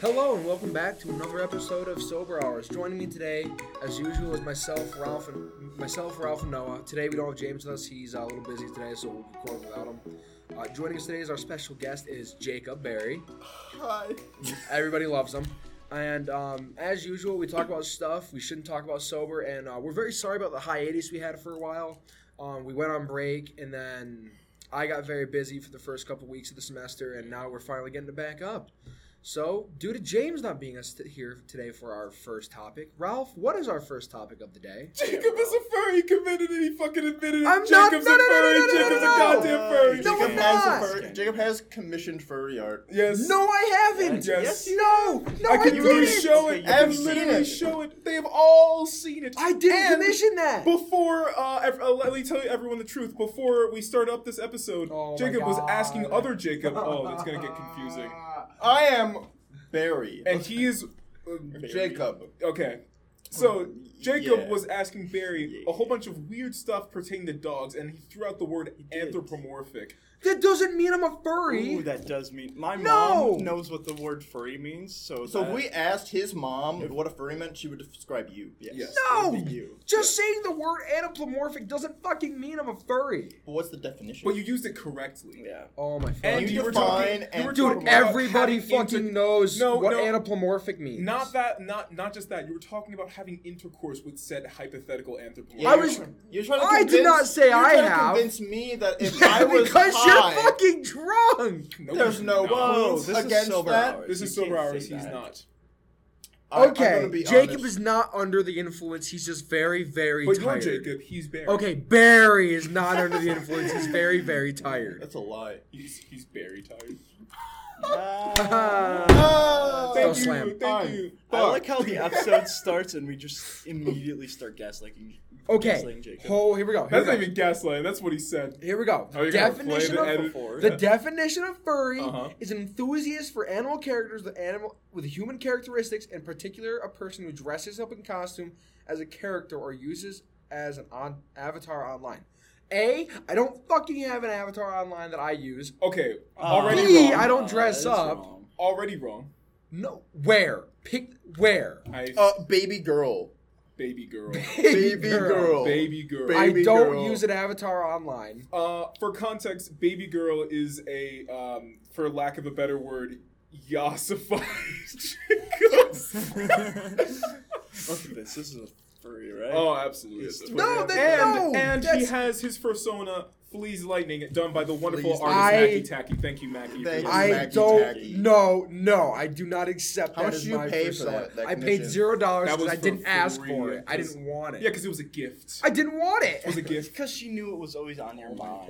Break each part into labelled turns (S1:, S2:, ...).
S1: Hello and welcome back to another episode of Sober Hours. Joining me today, as usual, is myself, Ralph, and myself, Ralph, and Noah. Today we don't have James with us; he's uh, a little busy today, so we'll record without him. Uh, joining us today as our special guest is Jacob Barry.
S2: Hi.
S1: Everybody loves him. And um, as usual, we talk about stuff we shouldn't talk about sober, and uh, we're very sorry about the hiatus we had for a while. Um, we went on break, and then I got very busy for the first couple weeks of the semester, and now we're finally getting it back up. So, due to James not being us t- here today for our first topic, Ralph, what is our first topic of the day?
S2: Jacob is a furry. He committed it. He fucking admitted it.
S1: I'm not-
S2: Jacob's
S1: no, no,
S2: a
S1: no,
S2: furry.
S1: no, no, no,
S2: Jacob's
S1: no,
S2: a
S1: no.
S2: goddamn furry.
S1: No,
S3: Jacob
S1: we're not.
S3: has a fur- Jacob has commissioned furry art.
S2: yes.
S1: No, I haven't.
S2: Yes. Yes, you
S1: no, no,
S2: I
S1: I,
S2: can literally
S1: didn't.
S2: show
S3: You
S2: it.
S3: can
S2: I
S3: see
S2: literally
S3: it.
S2: show it. They have all seen it.
S1: I didn't
S2: And
S1: commission that.
S2: Before, uh, ev- uh, let me tell you everyone the truth. Before we start up this episode,
S1: Oh my
S2: Jacob was
S1: God.
S2: asking other Jacob. Oh, it's gonna get confusing.
S3: I am Barry.
S2: And he is uh,
S3: Jacob.
S2: Okay.
S4: Oh,
S2: So Jacob
S3: yeah.
S2: was asking Barry
S3: Yeah.
S2: a whole bunch of weird stuff pertaining to dogs, and he threw out the word
S3: did.
S2: anthropomorphic.
S1: That doesn't mean I'm a furry.
S4: Ooh, that does mean my
S1: No!
S4: mom knows what the word furry means. So
S3: So
S4: that-
S3: if we asked his mom what a furry meant, she would describe you. Yes.
S2: Yes.
S1: No!
S3: It would be you.
S1: Just saying the word anthropomorphic doesn't fucking mean I'm a furry.
S3: But what's the definition?
S2: But you used it correctly.
S4: yeah.
S1: Oh my
S2: And
S3: You
S2: you were
S3: define
S2: talking, you were
S3: anthropomorphic.
S2: talking
S1: Dude,
S2: about
S1: everybody
S2: having inter-
S1: fucking knows
S2: No,
S1: what
S2: no.
S1: anthropomorphic means.
S2: Not that, not not just that. You were talking about having intercourse with said hypothetical anthropomorphic.
S3: Yeah,
S1: I
S3: you're
S1: was-
S3: try- You're trying to
S1: I did not
S3: convince-
S1: say
S3: you're
S1: I
S3: trying to
S1: have.
S3: Convince me that if
S1: Yeah,
S3: I was
S1: because
S3: high,
S1: you're fucking drunk.
S2: No,
S3: There's
S2: he's
S3: no
S2: not.
S3: one.
S4: Whoa,
S3: Rules
S4: this
S3: against
S4: is sober
S3: that?
S4: hours.
S2: This is
S4: You
S2: sober
S4: can't
S2: hours.
S4: say
S2: He's
S4: that.
S2: not.
S3: I- I'm
S1: okay,
S3: gonna be
S1: Jacob
S3: honest.
S1: is not under the influence. He's just very, very
S2: But you're
S1: tired.
S2: Jacob. He's Barry.
S1: Okay, Barry is not under the influence. He's very, very tired.
S3: That's a lie.
S2: He's he's Barry tired.
S4: Ah.
S1: Ah.
S2: Thank
S1: Go
S2: you.
S1: slam.
S2: Thank
S3: Fine.
S2: you.
S4: I
S2: Fuck.
S4: like how the episode starts and we just immediately start gaslighting.
S1: Okay.
S4: gaslighting Jacob.
S1: Oh, here we go. Here we
S2: That's
S1: go.
S2: not even gaslighting. That's what he said.
S1: Here we go.
S2: Are you Oh, gonna play
S1: definition
S2: the
S1: of
S2: edit-
S1: the definition of furry
S2: Uh-huh.
S1: is an enthusiast for animal characters with animal with human characteristics, in particular, a person who dresses up in costume as a character or uses as an on- avatar online. A, I don't fucking have an avatar online that I use.
S2: Okay.
S1: Uh,
S2: Already
S1: Me,
S2: wrong.
S1: I don't
S4: Ah,
S1: dress
S4: that is
S1: up.
S4: wrong.
S2: Already wrong.
S1: No, where? Pick where?
S2: I
S3: Uh, baby girl.
S2: baby girl.
S3: Baby girl.
S2: Baby girl.
S3: Baby-
S1: I don't
S3: girl.
S1: use an avatar online.
S2: Uh, for context, baby girl is a, um, for lack of a better word, yassified chick.
S4: Look at this. This is a furry, right?
S2: oh, absolutely.
S1: No,
S4: Whatever.
S1: that-
S2: and
S1: no,
S2: and he
S1: that's-
S2: has his persona, Fleas Lightning, done by the wonderful
S3: Fleas
S2: artist
S1: Lightning.
S2: Mackie Tacky. Thank you, Mackie. for
S3: Thank
S2: this.
S3: you,
S1: I
S3: Maggie
S1: don't.
S3: Taggy.
S1: No, no, I do not accept
S3: How
S1: that
S3: much
S1: as
S3: did you
S1: my
S3: pay for
S1: persona.
S3: that- that
S1: I paid
S3: commission?
S1: zero dollars
S2: That
S1: because
S2: was
S1: I
S2: for
S1: didn't ask
S2: free,
S1: for it. I
S2: 'cause-
S1: didn't want it.
S2: Yeah, because it was a gift.
S1: I didn't want it.
S2: it was a gift.
S4: because she knew it was always on your mind.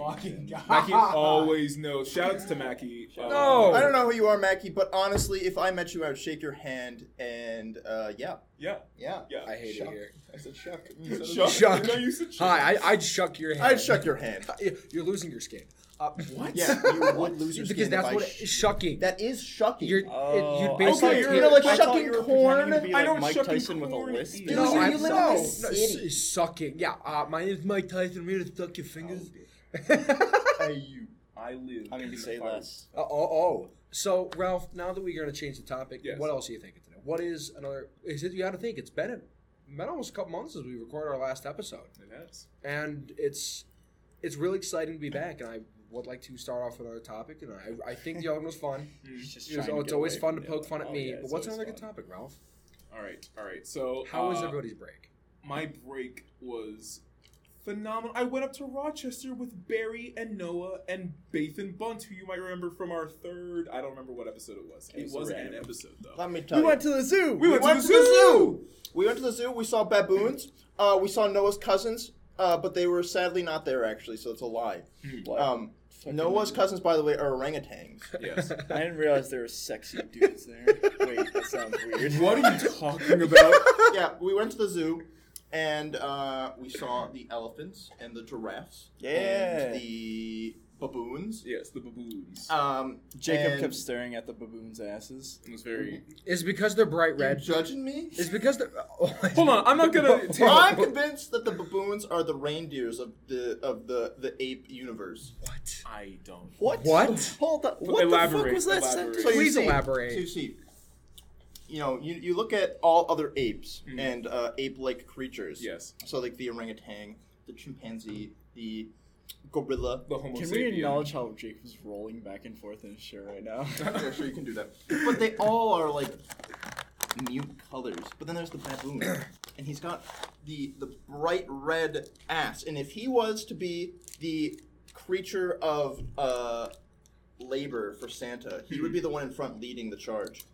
S2: Mackie always knows. Shouts to Mackie. Uh,
S1: No.
S3: I don't know who you are, Mackie, but honestly, if I met you, I would shake your hand and uh, yeah,
S2: Yeah.
S3: yeah.
S2: Yeah.
S1: I hate
S3: Shuck.
S1: it here.
S3: I said shuck.
S2: Shuck.
S1: Shuck.
S2: No, you said shuck.
S1: Hi, I, I'd shuck your hand.
S3: I'd shuck your hand.
S1: You're losing your skin. Uh, what?
S3: Yeah, you would lose your skin
S1: because
S3: if
S1: that's
S3: I
S1: what
S3: sh-
S1: it, shucking.
S3: That is shucking.
S1: you're, it,
S4: Oh,
S1: you'd
S4: I
S1: basically.
S4: thought
S3: you were
S1: tear-
S4: were-
S3: like
S4: I thought
S3: shucking
S4: you were pretending to
S3: corn.
S4: be
S2: I
S4: like
S2: know what
S4: Mike
S2: shucking
S4: Tyson with a
S2: corn
S4: lisp.
S2: is.
S3: Dude,
S1: no,
S3: you
S1: I'm
S3: live in
S1: no,
S3: this
S1: no,
S3: city.
S1: s- sucking. Yeah, uh, my name's Mike Tyson. I'm here to suck your fingers.
S3: Oh, Hey, you.
S2: I live.
S4: I'm
S2: in
S4: gonna
S2: the
S4: say
S2: fire.
S4: less.
S1: Uh, oh, oh. So, Ralph, now that we're going to change the topic,
S2: Yes.
S1: what else are you thinking today? What is another? Is it you got to think? It's been a, been almost a couple months since we recorded our last episode,
S2: It has.
S1: and it's it's really exciting to be back. And I would like to start off with another topic, and I I think the other one was fun.
S4: He's just
S1: It was-
S4: trying
S1: oh,
S4: to
S1: it's
S4: get
S1: always
S4: away
S1: fun
S4: from
S1: to
S4: the
S1: poke
S4: other
S1: fun at
S4: one.
S1: me.
S4: Oh, yeah,
S1: but
S4: it's
S1: what's
S4: always
S1: another good
S4: fun.
S1: topic, Ralph?
S2: All right. All right. So
S1: How was
S2: uh,
S1: everybody's break?
S2: My break was phenomenal. I went up to Rochester with Barry and Noah and Bathan Bunt, who you might remember from our third. I don't remember what episode it was. It,
S4: was
S2: was an
S4: random.
S2: episode though.
S3: Let me tell
S4: We
S3: you.
S4: went to the zoo.
S2: we went,
S3: went
S2: to
S3: to
S2: the
S3: the
S2: zoo.
S3: we went to the zoo. We saw baboons. Uh, we saw Noah's cousins, uh, but they were sadly not there actually, so it's a lie.
S4: What?
S3: Um,
S4: Fucking-
S3: Noah's cousins, by the way, are orangutans.
S2: Yes.
S4: I didn't realize there were sexy dudes there. Wait, that sounds weird.
S2: what are you talking about?
S3: yeah, we went to the zoo, and uh, we saw the elephants and the giraffes.
S4: Yeah.
S3: And the baboons.
S2: yes, the baboons.
S4: Uh,
S3: Um,
S4: Jacob
S3: and-
S4: kept staring at the baboons' asses.
S2: it was very.
S1: Is it because they're bright
S3: You
S1: red?
S3: judging me?
S1: Is it because they're. Oh,
S2: Hold on, I'm not gonna.
S3: Well,
S2: Take,
S3: I'm convinced that the baboons are the reindeers of the of the the ape universe.
S1: What?
S2: I don't.
S4: What?
S1: What?
S4: Hold up. What
S2: Elaborate,
S4: the fuck was that
S2: elaborate.
S4: sentence?
S3: So you
S1: Please
S3: see-
S1: elaborate.
S3: So you see, you know, you, you look at all other apes
S2: Mhm.
S3: and uh, ape-like creatures.
S2: Yes.
S3: So like the orangutan, the chimpanzee, the gorilla.
S2: The Homo
S4: Can we
S2: sapien.
S4: acknowledge how Jake was rolling back and forth in his chair right now?
S3: yeah, sure, you can do that. But they all are like mute colors. But then there's the baboon, and he's got the the bright red ass. And if he was to be the creature of uh, labor for Santa, he would be the one in front leading the charge.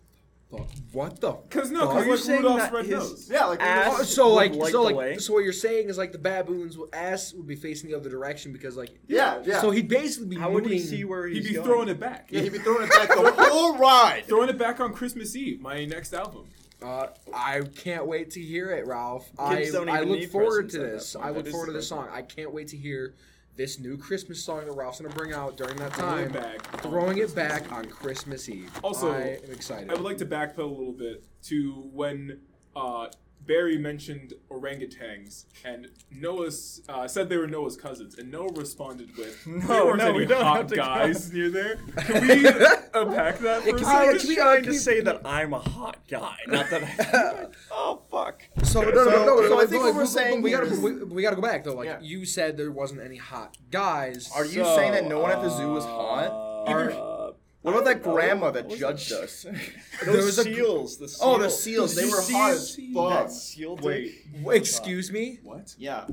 S1: What the?
S2: Because no,
S1: Are
S2: because
S1: you
S2: like
S4: saying
S2: Rudolph's
S4: that
S2: red
S4: his-
S2: nose.
S3: Yeah, like
S4: Ass.
S1: Oh, so
S4: would
S1: like,
S4: like
S1: so
S4: the
S1: like,
S4: way.
S1: so what you're saying is like the baboon's ass would be facing the other direction because like,
S3: yeah, yeah.
S1: so he'd basically be
S4: How would
S1: moving.
S4: he see where he's
S2: He'd be
S4: going?
S2: throwing it back.
S3: yeah, he'd be throwing it back the whole ride.
S2: Throwing it back on Christmas Eve, my next album.
S1: Uh, I can't wait to hear it, Ralph. I,
S4: Kids don't
S1: I
S4: even
S1: look
S4: need
S1: forward
S4: presents
S1: to
S4: at that
S1: this.
S4: point.
S1: I
S2: That
S1: look
S2: is
S1: forward to
S2: the
S1: this
S2: thing.
S1: song. I can't wait to hear this new Christmas song that Ralph's gonna bring out during that
S2: Throwing
S1: time.
S2: it back. on
S1: Throwing it
S2: Christmas
S1: back
S2: Eve.
S1: on Christmas Eve.
S2: Also,
S1: I am excited.
S2: I would like to backpedal a little bit to when uh, Barry mentioned orangutans, and Noah s- uh, said they were Noah's cousins, and Noah responded with,
S4: No,
S2: "There weren't
S4: no,
S2: any
S4: we don't
S2: hot
S4: have to go."
S2: guys near there." Can we unpack that for a
S1: I-
S4: I'm
S2: second?
S1: can we-
S4: trying
S1: can
S4: to
S1: we-
S4: say that I'm a hot guy, not that I. oh fuck!
S1: So no, no, no.
S3: So-
S1: no,
S3: so I
S1: but,
S3: think
S1: like,
S3: what we're
S1: we-
S3: saying
S1: we
S3: here
S1: gotta
S3: is-
S1: we, we gotta go back though. Like
S3: Yeah.
S1: you said, there wasn't any hot guys.
S3: Are you
S4: So,
S3: saying that no one at the zoo was hot?
S4: uh,
S3: Either-
S4: uh,
S3: What about that
S4: No,
S3: grandma that
S4: what was
S3: judged us?
S1: There
S4: those
S1: was a-
S4: seals? The seals.
S3: oh, the seals. They
S4: Did you
S3: were
S4: see
S3: hot
S4: it?
S3: as fuck.
S4: That seal
S2: Wait.
S4: dick.
S1: Excuse me.
S2: What?
S3: Yeah.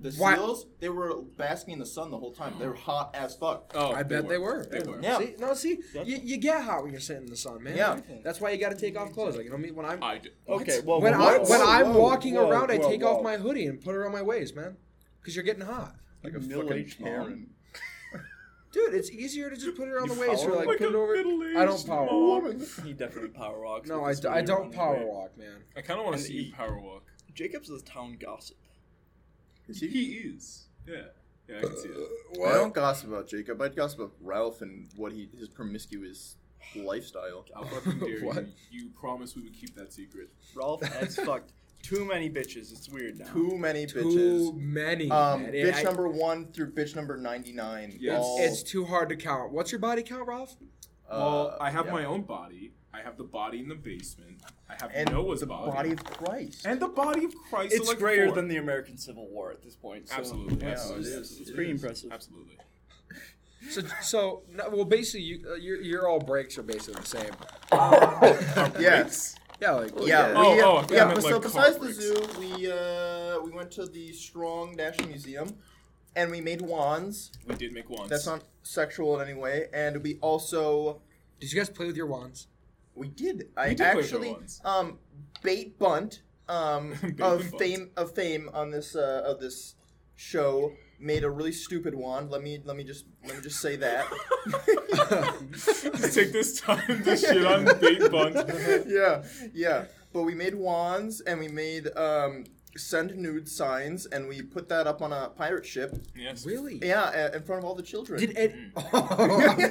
S3: The
S1: Why-
S3: seals, they were basking in the sun the whole time. They were hot as fuck.
S2: Oh,
S1: I bet they were.
S2: They were.
S3: Yeah.
S1: See, no, see, you, you get hot when you're sitting in the sun, man.
S3: Yeah.
S1: That's why you got to take off clothes. Like you know, what I mean, when I'm
S2: I d-
S4: Okay, well,
S1: when I
S4: whoa,
S1: when
S4: whoa,
S1: I'm
S4: whoa,
S1: walking
S4: whoa,
S1: around, I
S4: whoa,
S1: take
S4: whoa.
S1: off my hoodie and put it around my waist, man, because you're getting hot,
S4: like
S3: a
S4: middle-aged
S3: fucking Karen.
S1: dude. It's easier to just put it around
S4: You
S1: the waist or
S4: follow?
S1: like,
S2: Like
S1: put
S2: a
S1: it over.
S2: middle-aged
S1: I don't power walk.
S2: woman.
S4: He definitely power walks.
S1: No,
S4: with
S1: I,
S4: his
S1: d- I
S4: hoodie around
S1: don't
S4: his
S1: power
S4: waist.
S1: walk, man.
S2: I kind of want to
S4: And
S2: see you
S4: eat.
S2: power walk.
S4: Jacob's the town gossip.
S2: He is. Yeah. Yeah, I can see it.
S3: I don't gossip about Jacob. I gossip about Ralph and what he his promiscuous lifestyle.
S2: I'll fucking dare
S1: What?
S2: you. You promised we would keep that secret.
S4: Ralph has fucked too many bitches. It's weird now.
S3: Too many
S1: Too
S3: bitches.
S1: many.
S3: Um,
S1: man. It-
S3: bitch
S1: I-
S3: number one through bitch number ninety nine.
S2: Yes.
S3: all,
S1: It's too hard to count. What's your body count, Ralph?
S3: uh,
S2: well, I have
S3: yeah.
S2: my own body. I have the body in the basement. I have
S3: and
S2: Noah's
S3: the
S2: body.
S3: body of Christ.
S2: and the body of Christ. so
S4: It's
S2: like
S4: greater
S2: four.
S4: than the American Civil War at this point. So
S2: Absolutely.
S3: Yeah,
S4: It's,
S3: it
S2: absolutely.
S3: is.
S4: it's
S3: It
S4: pretty
S3: is.
S4: impressive.
S2: Absolutely.
S1: So, so no, well, basically, you, uh, your your all breaks are basically the same.
S3: yes.
S1: Yeah, like
S3: Yeah.
S2: Oh,
S3: we, uh,
S2: oh, I thought you
S3: yeah.
S2: meant,
S3: but so
S2: like,
S3: besides the
S2: cornflakes.
S3: zoo, we uh, we went to the Strong National Museum, and we made wands.
S2: We did make wands.
S3: That's not sexual in any way. And we also
S1: Did you guys play with your wands?
S3: we did. I
S2: did play with the
S3: actually
S2: wands.
S3: um bait bunt um
S2: Bait
S3: of
S2: and bunt.
S3: fame of fame on this uh, of this show made a really stupid wand. Let me let me just let me just say that.
S2: Take this time to shit on Bait Bunt.
S3: yeah, yeah. But we made wands and we made um send nude signs and we put that up on a pirate ship.
S2: Yes.
S1: Really?
S3: Yeah, a- in front of all the children.
S1: Did Ed? Oh,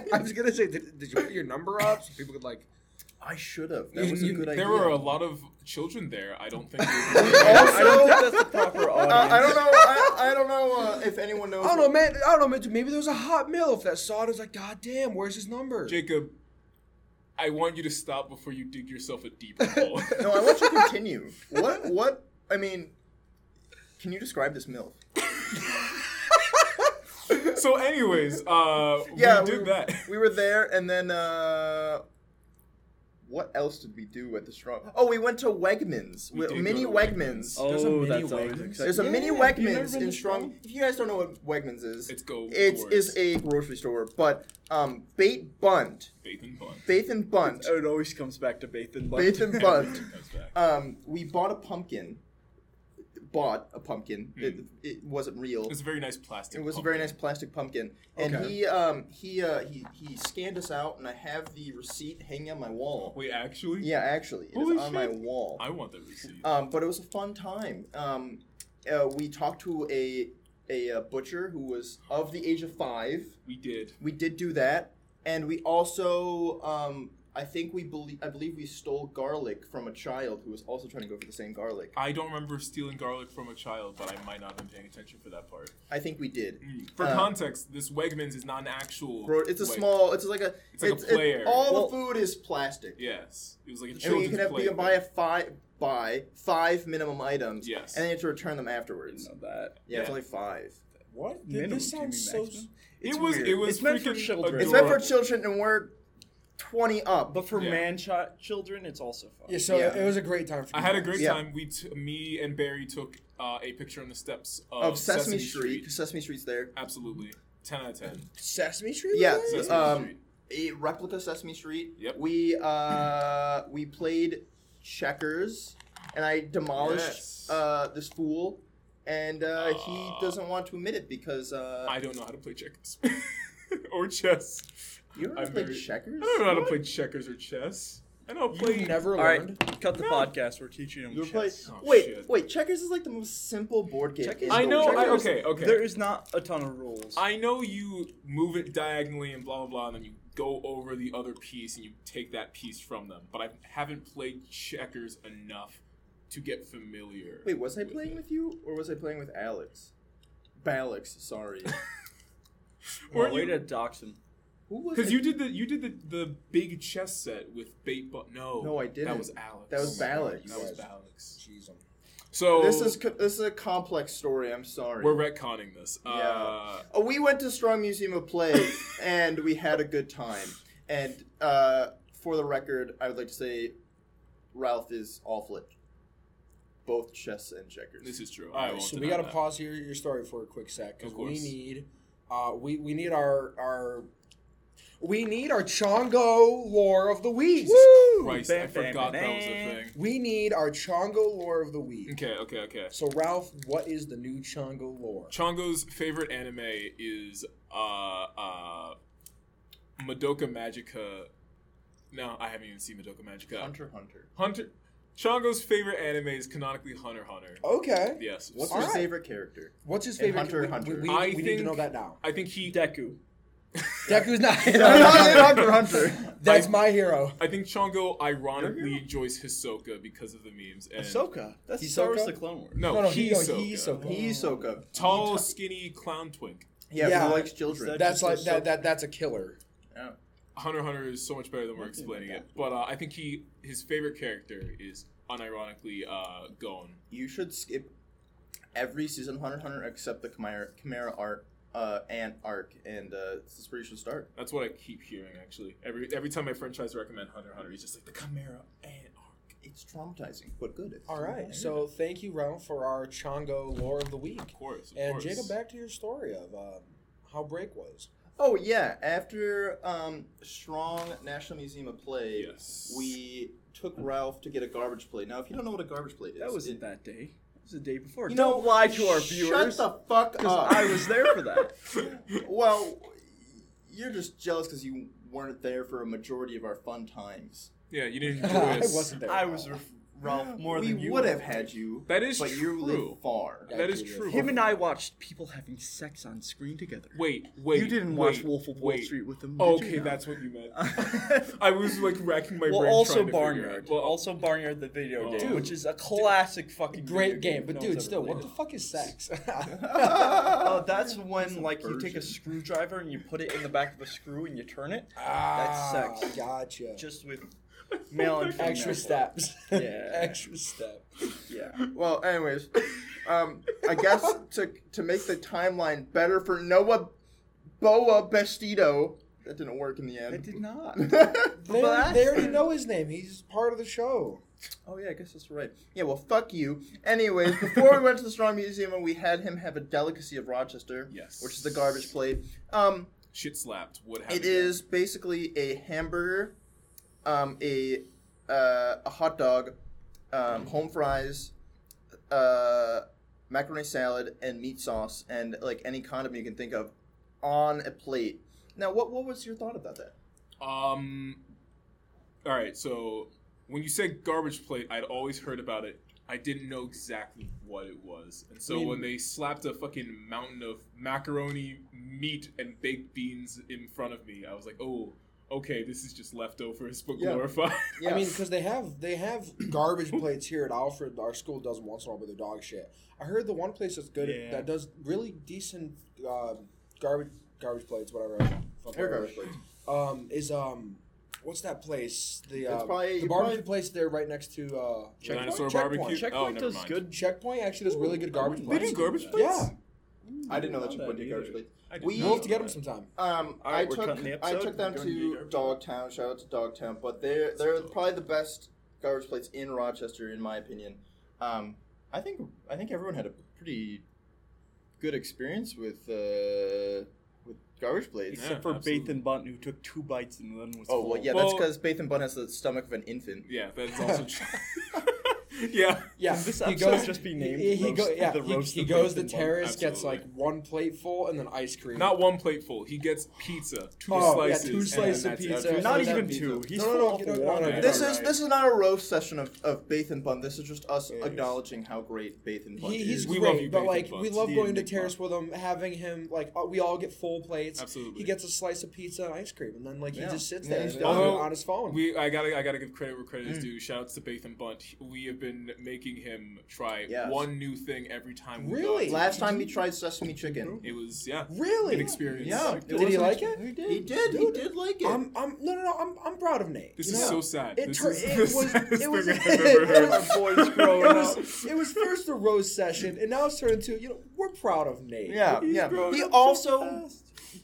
S1: I was gonna say, did, did you put your number up so people could like?
S3: I should have. That
S1: You-
S3: was a
S1: you-
S3: good idea.
S2: There were a lot of children there. I don't think. we were-
S3: Also-
S4: I don't think that's the proper audience.
S3: Uh, I don't know. I, I don't know uh, if anyone knows.
S1: I don't know, man. I don't know. man, Maybe there was a hot milf that saw it. Was like, God damn, where's his number?
S2: Jacob, I want you to stop before you dig yourself a deeper hole.
S3: No, I want you to continue. What? What? I mean, can you describe this milk?
S2: so, anyways, uh, we did that.
S3: We were there, and then uh, what else did we do at the strong? Oh, we went to Wegmans.
S2: We
S3: We-
S2: did go
S3: mini
S2: to
S3: Wegmans.
S4: Oh,
S2: There's a mini
S4: that's always
S2: Wegmans.
S4: exciting.
S3: There's a
S1: Yeah,
S3: mini
S4: you never
S3: Wegmans
S4: been
S3: in strong.
S4: to Strong?
S3: If you guys don't know what Wegmans is,
S2: It's go.
S3: it's
S2: doors.
S3: is a grocery store, but um, Bait Bunt,
S2: Bait and Bunt.
S3: Faith and Bunt,
S4: It always comes back to Bathan. Bunt.
S3: Faith and Bunt.
S2: Comes back.
S3: Um, we bought a pumpkin. Bought a pumpkin.
S2: Hmm.
S3: It, it wasn't real.
S2: It was a very nice plastic.
S3: It was a
S2: pump.
S3: very nice plastic pumpkin, and
S1: Okay.
S3: he um, he, uh, he he scanned us out, and I have the receipt hanging on my wall.
S2: Wait, actually,
S3: Yeah, actually, it's
S2: Holy
S3: on my
S2: shit.
S3: wall.
S2: I want that receipt.
S3: Um, but it was a fun time. Um, uh, we talked to a a uh, butcher who was of the age of five.
S2: we did.
S3: We did do that, and we also um, I think we believe I believe we stole garlic from a child who was also trying to go for the same garlic.
S2: I don't remember stealing garlic from a child, but I might not have been paying attention for that part.
S3: I think we did.
S2: For
S3: Uh,
S2: context, this Wegmans is not an actual.
S3: Bro, it's a
S2: Weg-
S3: small. It's like a.
S2: It's like a
S3: it-
S2: player.
S3: all
S4: Well-
S3: the food is plastic.
S2: Yes, it was like a
S3: And you
S2: children's
S3: can have
S2: play.
S3: you can buy a five buy five minimum items.
S2: Yes.
S3: And then you have to return them afterwards.
S4: know that.
S3: Yeah, it's
S2: Yeah.
S3: only five.
S2: what?
S4: Minimum,
S2: this
S4: do you mean
S2: sounds so.
S4: maximum?
S2: It was.
S4: weird.
S2: It was
S4: It's meant for
S2: freaking
S4: children.
S3: It's meant for
S2: adorable.
S3: children, and we're twenty up.
S4: But for
S2: Yeah.
S4: man chi- children, it's also fun.
S1: Yeah, so
S3: Yeah.
S1: it was a great time for
S2: I
S1: me.
S2: had a great
S3: Yeah.
S2: time. We, t- me and Barry took uh, a picture on the steps of,
S3: of Sesame, Street, Um, 'cause Sesame Street's there.
S2: Absolutely, ten out of ten.
S1: Sesame Street.
S3: Yeah,
S1: was
S2: Sesame
S1: there?
S3: um,
S2: Street.
S3: A replica Sesame Street.
S2: Yep.
S3: We uh we played checkers, and I demolished
S2: Yes.
S3: uh this fool, and uh, he
S2: Aw.
S3: doesn't want to admit it because uh
S2: I don't know how to play checkers or chess.
S3: you ever
S2: I'm
S3: played
S2: very-
S3: checkers?
S2: I don't know how to play checkers or chess. I know how to play.
S1: You never
S4: All right,
S1: learned.
S4: cut the
S2: No.
S4: podcast. We're teaching them.
S3: You ever play?
S4: chess.
S2: Oh,
S3: wait,
S2: shit.
S3: wait. Checkers is like the most simple board game.
S4: Checkers-
S3: in
S2: I
S3: the
S2: know.
S3: world.
S2: I,
S4: checkers.
S2: okay, okay.
S4: There is not a ton of rules.
S2: I know you move it diagonally and blah blah blah, and then you go over the other piece and you take that piece from them. But I haven't played checkers enough to get familiar.
S3: Wait, was I
S2: with
S3: playing
S2: it.
S3: with you or was I playing with Alex? Balix, sorry.
S4: Well,
S2: Or
S4: way
S2: you-
S4: to dox him.
S3: Who was?
S2: Because
S3: it?
S2: you did the you did the, the big chess set with bait, but no,
S3: No, I didn't.
S2: That was Alex.
S3: That was
S2: Oh my God,
S3: Balix.
S2: That was Balix.
S1: Jeez, um,
S2: So
S3: This is co- this is a complex story. I'm sorry.
S2: we're retconning this.
S3: Yeah.
S2: Uh,
S3: Oh, we went to Strong Museum of Play and we had a good time. And uh, for the record, I would like to say Ralph is awful at both chess and checkers.
S2: this is true.
S1: All
S2: I
S1: right,
S2: won't
S1: so we
S2: deny
S1: got to
S2: that.
S1: pause here your story for a quick sec because
S2: Of
S1: we
S2: course.
S1: need, uh, we we need our our, we need our Chongo lore of the week.
S2: Christ, I forgot that was a thing.
S1: We need our Chongo lore of the week.
S2: Okay, okay, okay.
S1: So Ralph, what is the new Chongo lore?
S2: Chongo's favorite anime is uh uh Madoka Magica. No, I haven't even seen Madoka Magica. Hunter.
S3: Hunter Hunter.
S2: Chongo's favorite anime is canonically Hunter x Hunter.
S1: Okay,
S2: Yes.
S3: What's
S1: All
S3: your
S1: right.
S3: favorite character?
S1: what's his
S3: And
S1: favorite?
S3: Hunter,
S1: we-
S3: Hunter.
S1: We, we,
S2: I
S1: we need to
S2: think-
S1: know that now.
S2: I think he
S4: Deku.
S1: Deku's not.
S3: Hunter Hunter.
S1: That's my hero.
S2: I think Chongo ironically enjoys Hisoka because of the memes and
S4: Ahsoka. That's Star Wars:
S1: Hisoka?
S4: The Clone Wars.
S2: No,
S1: No, no, he- no,
S2: Hisoka.
S1: Hisoka.
S3: He's Soka.
S2: Tall, skinny clown twink.
S3: Yeah,
S1: Yeah.
S3: who likes children.
S4: That-
S1: That's like
S4: just
S1: that,
S4: Ahsoka.
S1: that. That's a killer.
S2: Hunter x Hunter is so much better than we're explaining it. But uh, I think he his favorite character is unironically uh Gon.
S3: You should skip every season of Hunter x Hunter except the Chimera, Chimera art, uh, and arc, and uh, this is where you should start.
S2: That's what I keep hearing actually. Every every time my friend tries to recommend Hunter x Hunter, he's just like the Chimera and Arc.
S3: It's traumatizing, but good. It's
S1: All right.
S3: traumatizing.
S1: So thank you, Ralph, for our Chongo lore of the week.
S2: Of course, of
S1: And
S2: course.
S1: Jacob, back to your story of um, how break was.
S3: Oh yeah, after um, Strong National Museum of Play,
S2: Yes.
S3: we took Ralph to get a garbage plate. Now, if you don't know what a garbage plate is,
S4: That wasn't
S3: it-
S4: that day. It was the day before.
S3: You
S4: Don't
S3: know,
S4: lie to our viewers.
S3: Shut the fuck up.
S4: I was there for that.
S3: well, you're just jealous because you weren't there for a majority of our fun times.
S2: Yeah, you didn't enjoy
S1: I
S2: us.
S1: wasn't there.
S4: I
S1: at
S4: was
S1: all.
S4: ref- Ralph more
S3: we
S4: than you.
S3: would
S4: were.
S3: have had you.
S2: That is
S3: but you
S2: true.
S3: live far.
S2: That is
S1: Yeah,
S2: true.
S4: Him and I watched people having sex on screen together.
S2: Wait, wait.
S4: you didn't
S2: wait,
S4: watch Wolf of Wall
S2: wait.
S4: Street with him. did you?
S2: Okay, that's what you meant. I was like racking my
S4: well,
S2: brain.
S4: also
S2: trying to figure
S4: Barnyard.
S2: out- Well,
S4: also Barnyard, the video
S2: Oh.
S4: game,
S2: Dude,
S4: which is a classic fucking
S1: Great
S4: video
S1: game, but
S4: no
S1: dude,
S4: one's
S1: still,
S4: ever
S1: what the
S4: played.
S1: fuck is sex?
S4: Uh, that's when like you take
S3: version.
S4: a screwdriver and you put it in the back of a screw and you turn it,
S1: Ah,
S4: sex.
S1: Gotcha.
S4: just with male and female.
S1: Extra steps.
S4: Yeah.
S1: Extra step.
S4: Yeah.
S3: Well, anyways, um, I guess to to make the timeline better for Noah Boa Bestido, that didn't work in the
S4: I
S3: end.
S4: did not.
S1: They,
S4: But-
S1: already- they already know his name. He's part of the show.
S3: oh yeah, I guess that's right. Yeah, well, fuck you. Anyways, before we went to the Strong Museum and we had him have a delicacy of Rochester,
S2: Yes.
S3: which is the garbage plate. Um,
S2: shit slapped. What happened?
S3: it is basically a hamburger, um, a uh, a hot dog, um, home fries, uh, macaroni salad, and meat sauce, and like any condiment you can think of, on a plate. Now, what what was your thought about that?
S2: Um. All right. So when you said garbage plate, I'd always heard about it. I didn't know exactly what it was, and so
S1: I mean-
S2: when they slapped a fucking mountain of macaroni, meat, and baked beans in front of me, I was like, "Oh, okay, this is just leftovers but
S1: Yeah.
S2: glorified.
S1: Yeah. I mean, because they have they have garbage plates here at Alfred. Our school does them once in a while with their dog shit. I heard the one place that's good
S4: Yeah.
S1: that does really decent um, garbage garbage plates, whatever. fuck
S3: Air
S1: whatever,
S3: garbage plates.
S1: Um, is um, what's that place? The uh,
S3: It's probably-
S1: the
S3: you
S1: barbecue
S3: probably-
S1: place there right next to uh,
S2: Checkpoint?
S1: Checkpoint.
S2: Dinosaur
S1: Checkpoint.
S2: barbecue? Oh,
S4: Checkpoint
S2: never
S4: does
S2: mind.
S4: good.
S1: Checkpoint actually does really good garbage
S2: They
S1: plates.
S2: do garbage plates.
S1: Yeah,
S3: I didn't know that you
S4: Not
S3: put
S4: that
S3: your garbage
S4: either.
S3: plates.
S2: I did
S3: We-
S2: not
S1: we'll have to
S2: know
S1: get them
S2: that.
S1: sometime.
S3: Um,
S4: All right,
S3: I
S4: we're
S3: took
S4: cutting the
S3: I
S4: episode.
S3: took them
S4: We're going to
S3: to
S4: Dogtown.
S3: Dogtown. Shout out to Dogtown, but they're they're probably the best garbage plates in Rochester, in my opinion. Um, I think I think everyone had a pretty good experience with uh, with garbage plates.
S2: Yeah,
S4: Except for
S2: absolutely.
S4: Bathan Bunt, who took two bites and then was
S3: Oh well,
S4: full.
S3: yeah, that's
S2: Well-
S3: because Bathan Bun has the stomach of an infant.
S2: Yeah, that's also true. yeah.
S1: Yeah,
S4: Can this
S1: he
S4: episode
S1: goes
S4: just be named
S1: He, he
S4: roast-
S1: go, yeah,
S4: the
S1: he,
S4: roast
S1: he
S4: of
S1: goes
S4: Nathan
S1: to
S4: Bun?
S1: terrace, gets like
S2: Absolutely.
S1: one plate full, and then ice cream.
S2: Not one plate full. He gets pizza, two
S1: Oh, yeah,
S2: slices.
S1: two
S2: and
S1: slices
S2: that's
S1: of pizza.
S2: it.
S1: Yeah,
S4: Not
S1: so
S4: even
S1: that'd
S3: be
S4: two.
S3: the-
S4: He's
S1: No, no,
S4: full
S1: no,
S4: off
S1: no,
S4: of
S1: no,
S4: one.
S1: no,
S4: and
S1: no,
S3: This
S4: then-
S3: is this is not a roast session of, of Bathan Bun. This is just us
S4: Yes.
S3: acknowledging how great Bathan Bun
S1: He,
S3: is.
S1: he's
S2: We
S1: great,
S2: love you,
S1: but
S2: Nathan
S1: like we
S2: Bunce.
S1: love
S2: The
S1: going to
S2: enigma.
S1: terrace with him, having him like uh, we all get full plates.
S2: Absolutely.
S1: He gets a slice of pizza and ice cream, and then like
S3: Yeah.
S1: he just sits
S3: Yeah,
S1: there
S3: he's
S1: and
S3: done.
S2: Although,
S1: on his phone.
S2: We, I gotta, I gotta give credit where
S1: Mm.
S2: credit is due. Shoutouts to Bathan Bunt. We have been making him try
S3: Yes.
S2: one new thing every time. We
S1: Really?
S2: Got.
S3: Last time we tried sesame chicken.
S2: It was yeah.
S1: really?
S2: An experience.
S3: Yeah.
S1: Did he
S3: wasn't-
S1: like it?
S3: He did. He did.
S1: Dude.
S3: like it.
S1: I'm, I'm no, no, no. I'm, I'm proud of Nate.
S2: This
S1: you
S2: is
S1: know?
S2: so sad.
S1: It
S2: this
S1: tur-
S2: is
S1: it
S2: the
S1: was-
S2: saddest
S1: it was-
S2: thing I've ever heard.
S1: it was-
S3: Our boys growing
S1: it
S3: up.
S1: was, it was first the rose session, and now it's turned into you know we're proud of Nate.
S3: Yeah,
S2: He's
S3: yeah.
S2: growing
S3: He
S2: up so
S3: also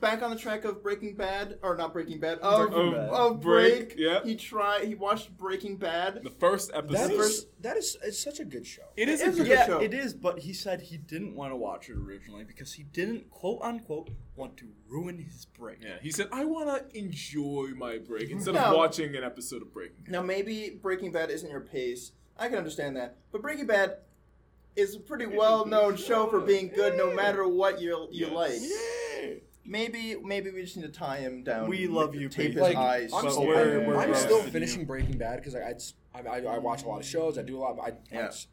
S3: back on the track of Breaking Bad, or not Breaking Bad, of,
S2: Breaking Bad.
S3: of Break.
S2: Break, yeah.
S3: He tried. He watched Breaking Bad.
S2: the first
S1: that
S2: episode.
S1: is that is it's such a good show.
S2: it is.
S3: It is
S2: a
S3: a
S2: good-
S3: good
S4: yeah,
S3: show.
S4: it is, but he said he didn't want to watch it originally because he didn't, quote unquote, want to ruin his break.
S2: Yeah, he said, "I want to enjoy my break instead of
S3: No.
S2: watching an episode of Breaking." Bad."
S3: Now maybe Breaking Bad isn't your pace. I can understand that, but Breaking Bad is a pretty well-known show for being good, no matter what you you
S2: Yes.
S3: like. Maybe maybe we just need to tie him down.
S4: We love you,
S3: Tape his
S4: Peyton.
S1: Like,
S3: eyes.
S1: I'm,
S4: but
S1: still,
S4: we're-
S1: I'm-
S4: we're
S1: I'm
S4: roasted
S1: still
S4: you.
S1: finishing Breaking Bad because I, I, just- I, I I watch a lot of shows. I do a lot. Of, I, I
S3: Yeah.
S1: just-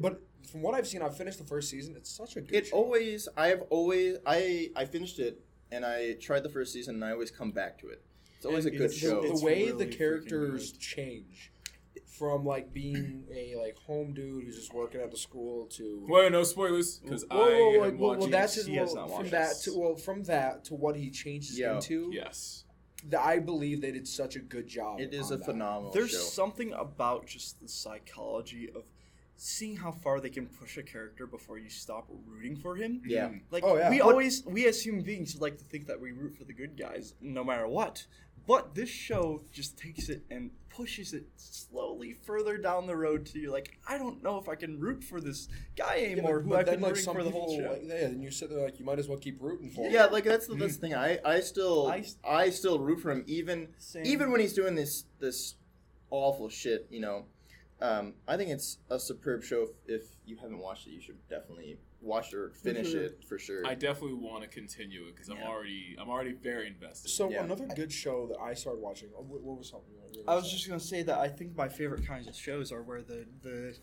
S1: but from what I've seen, I've finished the first season. It's such a good.
S3: It
S1: show.
S3: always. I have always. I I finished it and I tried the first season and I always come back to it. It's always
S4: And
S3: a good
S4: it's-
S3: show.
S1: the
S4: it's
S1: way
S4: really
S1: the
S4: freaking
S1: characters
S4: good.
S1: change from like being a like home dude who's just working at the school to
S2: Well, no spoilers because I
S1: Whoa, whoa, whoa,
S2: am
S1: like, well, well,
S2: watching.
S1: that's his
S4: He has
S1: well,
S4: not
S1: from
S4: watched
S1: that
S4: this.
S1: to well from that to what he changes
S3: Yeah.
S1: into.
S2: yes.
S1: that I believe they did such a good job.
S3: It is
S1: on
S3: a
S1: that.
S3: phenomenal
S4: There's
S3: show.
S4: something about just the psychology of seeing how far they can push a character before you stop rooting for him.
S3: yeah.
S2: Mm-hmm.
S4: Like
S1: Oh, yeah.
S4: we
S1: But-
S4: always we as human beings like to think that we root for the good guys no matter what. But this show just takes it and pushes it slowly further down the road to you like I don't know if I can root for this guy
S1: Yeah, but-
S4: anymore who
S1: but
S4: I've
S1: then,
S4: been
S1: like
S4: rooting
S1: some
S4: for the
S1: people,
S4: whole show.
S1: like, yeah, and you sit there like you might as well keep rooting for. him.
S3: Yeah, like that's the that's the thing. I, I still
S4: I
S3: I,
S4: s-
S3: still root for him even
S4: Same.
S3: even when he's doing this this awful shit, you know. Um, I think it's a superb show. If, if you haven't watched it, you should definitely watch or finish
S1: Mm-hmm.
S4: sure.
S3: it for sure.
S2: I definitely want to continue it because I'm
S3: Yeah.
S2: already, I'm already very invested.
S1: So
S3: Yeah.
S1: another good show that I started watching. oh, What what was something? you were- you were
S4: I was
S1: saying?
S4: just gonna say that I think my favorite kinds of shows are where the the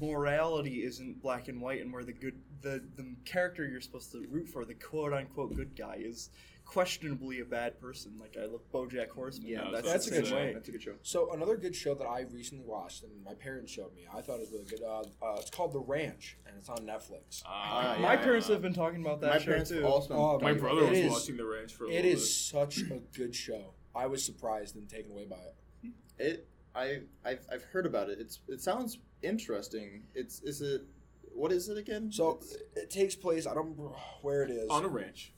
S4: morality isn't black and white, and where the good the the character you're supposed to root for, the quote unquote good guy, is questionably a bad person. Like I love BoJack Horseman.
S3: Yeah,
S4: and
S2: that's-
S1: that's
S4: that's,
S1: a
S4: the
S1: good
S4: same
S1: show.
S4: way.
S3: That's a good show.
S1: So another good show that I recently watched and my parents showed me. I thought it was really good. Uh, uh, it's called The Ranch and it's on Netflix.
S2: Ah,
S4: my
S2: yeah.
S4: parents have been talking about that
S3: My
S4: show
S3: parents
S4: too.
S3: also.
S1: Oh,
S2: My
S1: It
S2: brother was
S1: is-
S2: watching The Ranch for a
S1: It
S2: little
S1: is such a good show. I was surprised and taken away by it.
S3: It I I've, I've heard about it. It's it sounds interesting. It's is it what is it again?
S1: So
S3: It's-
S1: it takes place. I don't remember where it is.
S2: bit. on a ranch.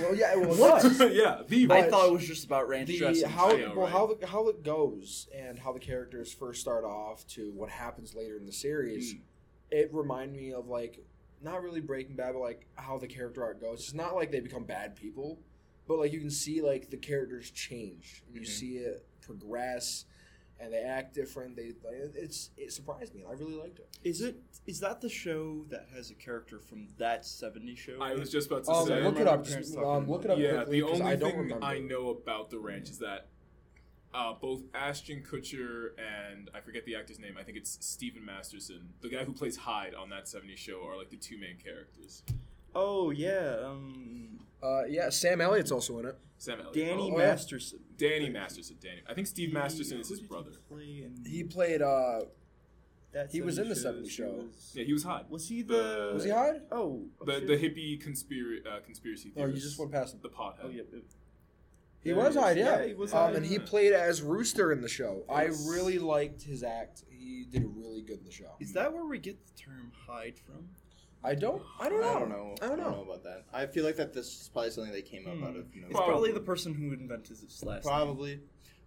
S1: well, yeah, well, it
S4: What?
S1: does.
S2: yeah, the
S4: I
S1: But-
S4: thought it was just about ranch
S1: the
S4: dressing.
S1: how
S2: I know,
S1: well
S2: right?
S1: how the, how it goes and how the characters first start off to what happens later in the
S2: Hmm.
S1: series. It reminded me of like not really Breaking Bad, but like how the character art goes. It's not like they become bad people, but like you can see like the characters change. And you
S3: Mhm.
S2: Mm-hmm.
S1: see it progress, and they act different. They like, it's it surprised me. and I really liked it.
S4: is it? Is that the show that has a character from that '70s show?
S2: I was just about to
S1: Um,
S2: say.
S1: look it
S4: remember
S1: up.
S4: my parents
S1: Um,
S4: talking
S1: look it
S4: about
S1: up.
S4: it.
S2: yeah,
S1: quickly,
S2: the
S1: 'cause
S2: only
S1: I don't
S2: thing
S1: remember.
S2: I know about The Ranch is that uh, both Ashton Kutcher and I forget the actor's name. I think it's Stephen Masterson, the guy who plays Hyde on that '70s show, are like the two main characters.
S4: Oh yeah, um,
S1: Uh, yeah, Sam Elliott's also in it.
S2: Sam Elliott.
S4: Danny
S1: Oh, yeah.
S4: Masterson.
S2: Danny Masterson. Danny. I think Steve Masterson is his
S4: Who did
S2: brother.
S4: He, play in
S2: Mm-hmm.
S1: He played. Uh,
S4: that
S1: he was
S4: 70
S1: in the 70
S4: shows? He
S1: show.
S4: was-
S2: Yeah, he was hot.
S4: Was he the?
S1: was he Hyde?
S4: Oh, oh,
S2: The
S4: shit.
S2: the hippie conspiracy uh, conspiracy
S1: Oh,
S2: theorist.
S1: you just went past him.
S2: the pothead.
S4: Oh yeah. it-
S1: He
S4: there
S1: was
S4: is.
S1: Hyde, yeah.
S4: Yeah, he was
S1: um,
S4: Hyde.
S1: and he
S2: yeah.
S1: played as Rooster in the show.
S4: Yes.
S1: I really liked his act. He did really good in the show.
S4: Is that where we get the term hide from?
S1: I don't. I don't know.
S3: I don't know.
S1: I don't know.
S3: about that. I feel like that this is probably something they came up
S4: Hmm.
S3: out of. nowhere.
S4: It's probably the person who invented this last. name.
S3: Probably.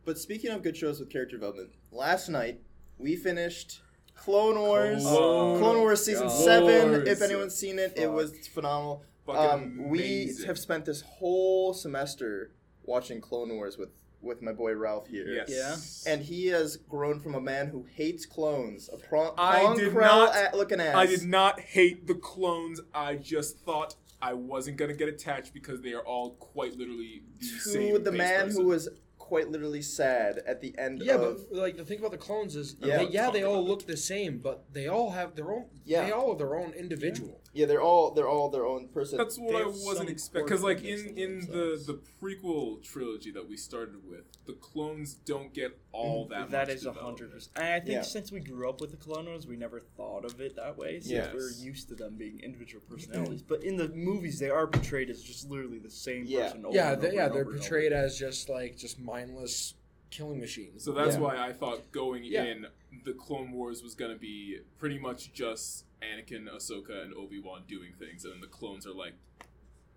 S3: But speaking of good shows with character development, last night we finished Clone Wars.
S4: Uh,
S2: Clone
S3: Clone Wars season
S2: Wars.
S3: seven. If anyone's seen it, it was phenomenal.
S2: Fucking
S3: Um, we
S2: amazing.
S3: have spent this whole semester watching Clone Wars with with my boy Ralph here.
S2: Yes.
S3: And he has grown from a man who hates clones, a pro-
S2: I
S3: Pong
S2: did
S3: Krell
S2: not-
S3: at looking ass.
S2: I did not hate the clones. I just thought I wasn't gonna get attached because they are all quite literally the same
S3: to the
S2: base
S3: man
S2: person.
S3: who was quite literally sad at the end
S1: Yeah,
S3: of
S1: but like the thing about the clones is,
S3: Yeah.
S1: uh, yeah, they, yeah, they all
S2: Comfortable.
S1: look the same, but they all have their own.
S3: Yeah.
S1: they all are their own individual.
S3: yeah, they're all they're all their own person.
S2: That's
S4: They
S2: what I
S4: have some
S2: wasn't expecting. Because, like,
S4: quirkiness
S2: in,
S4: in
S2: in the,
S4: themselves.
S2: the prequel trilogy that we started with, the clones don't get all that
S4: that
S2: much
S4: is a hundred
S2: development.
S4: percent. And I think
S3: Yeah.
S4: since we grew up with the Clone Wars, we never thought of it that way. Since
S3: Yes.
S4: we're used to them being individual personalities. But in the movies, they are portrayed as just literally the same
S3: Yeah.
S4: person. Over
S1: yeah,
S4: and
S1: they,
S4: over
S1: yeah,
S4: and
S1: they're
S4: over and over.
S1: portrayed as just like just mindless killing machines.
S2: So that's
S3: Yeah.
S2: why I thought going
S1: Yeah.
S2: in, the Clone Wars was going to be pretty much just Anakin, Ahsoka, and Obi Wan doing things, and the clones are like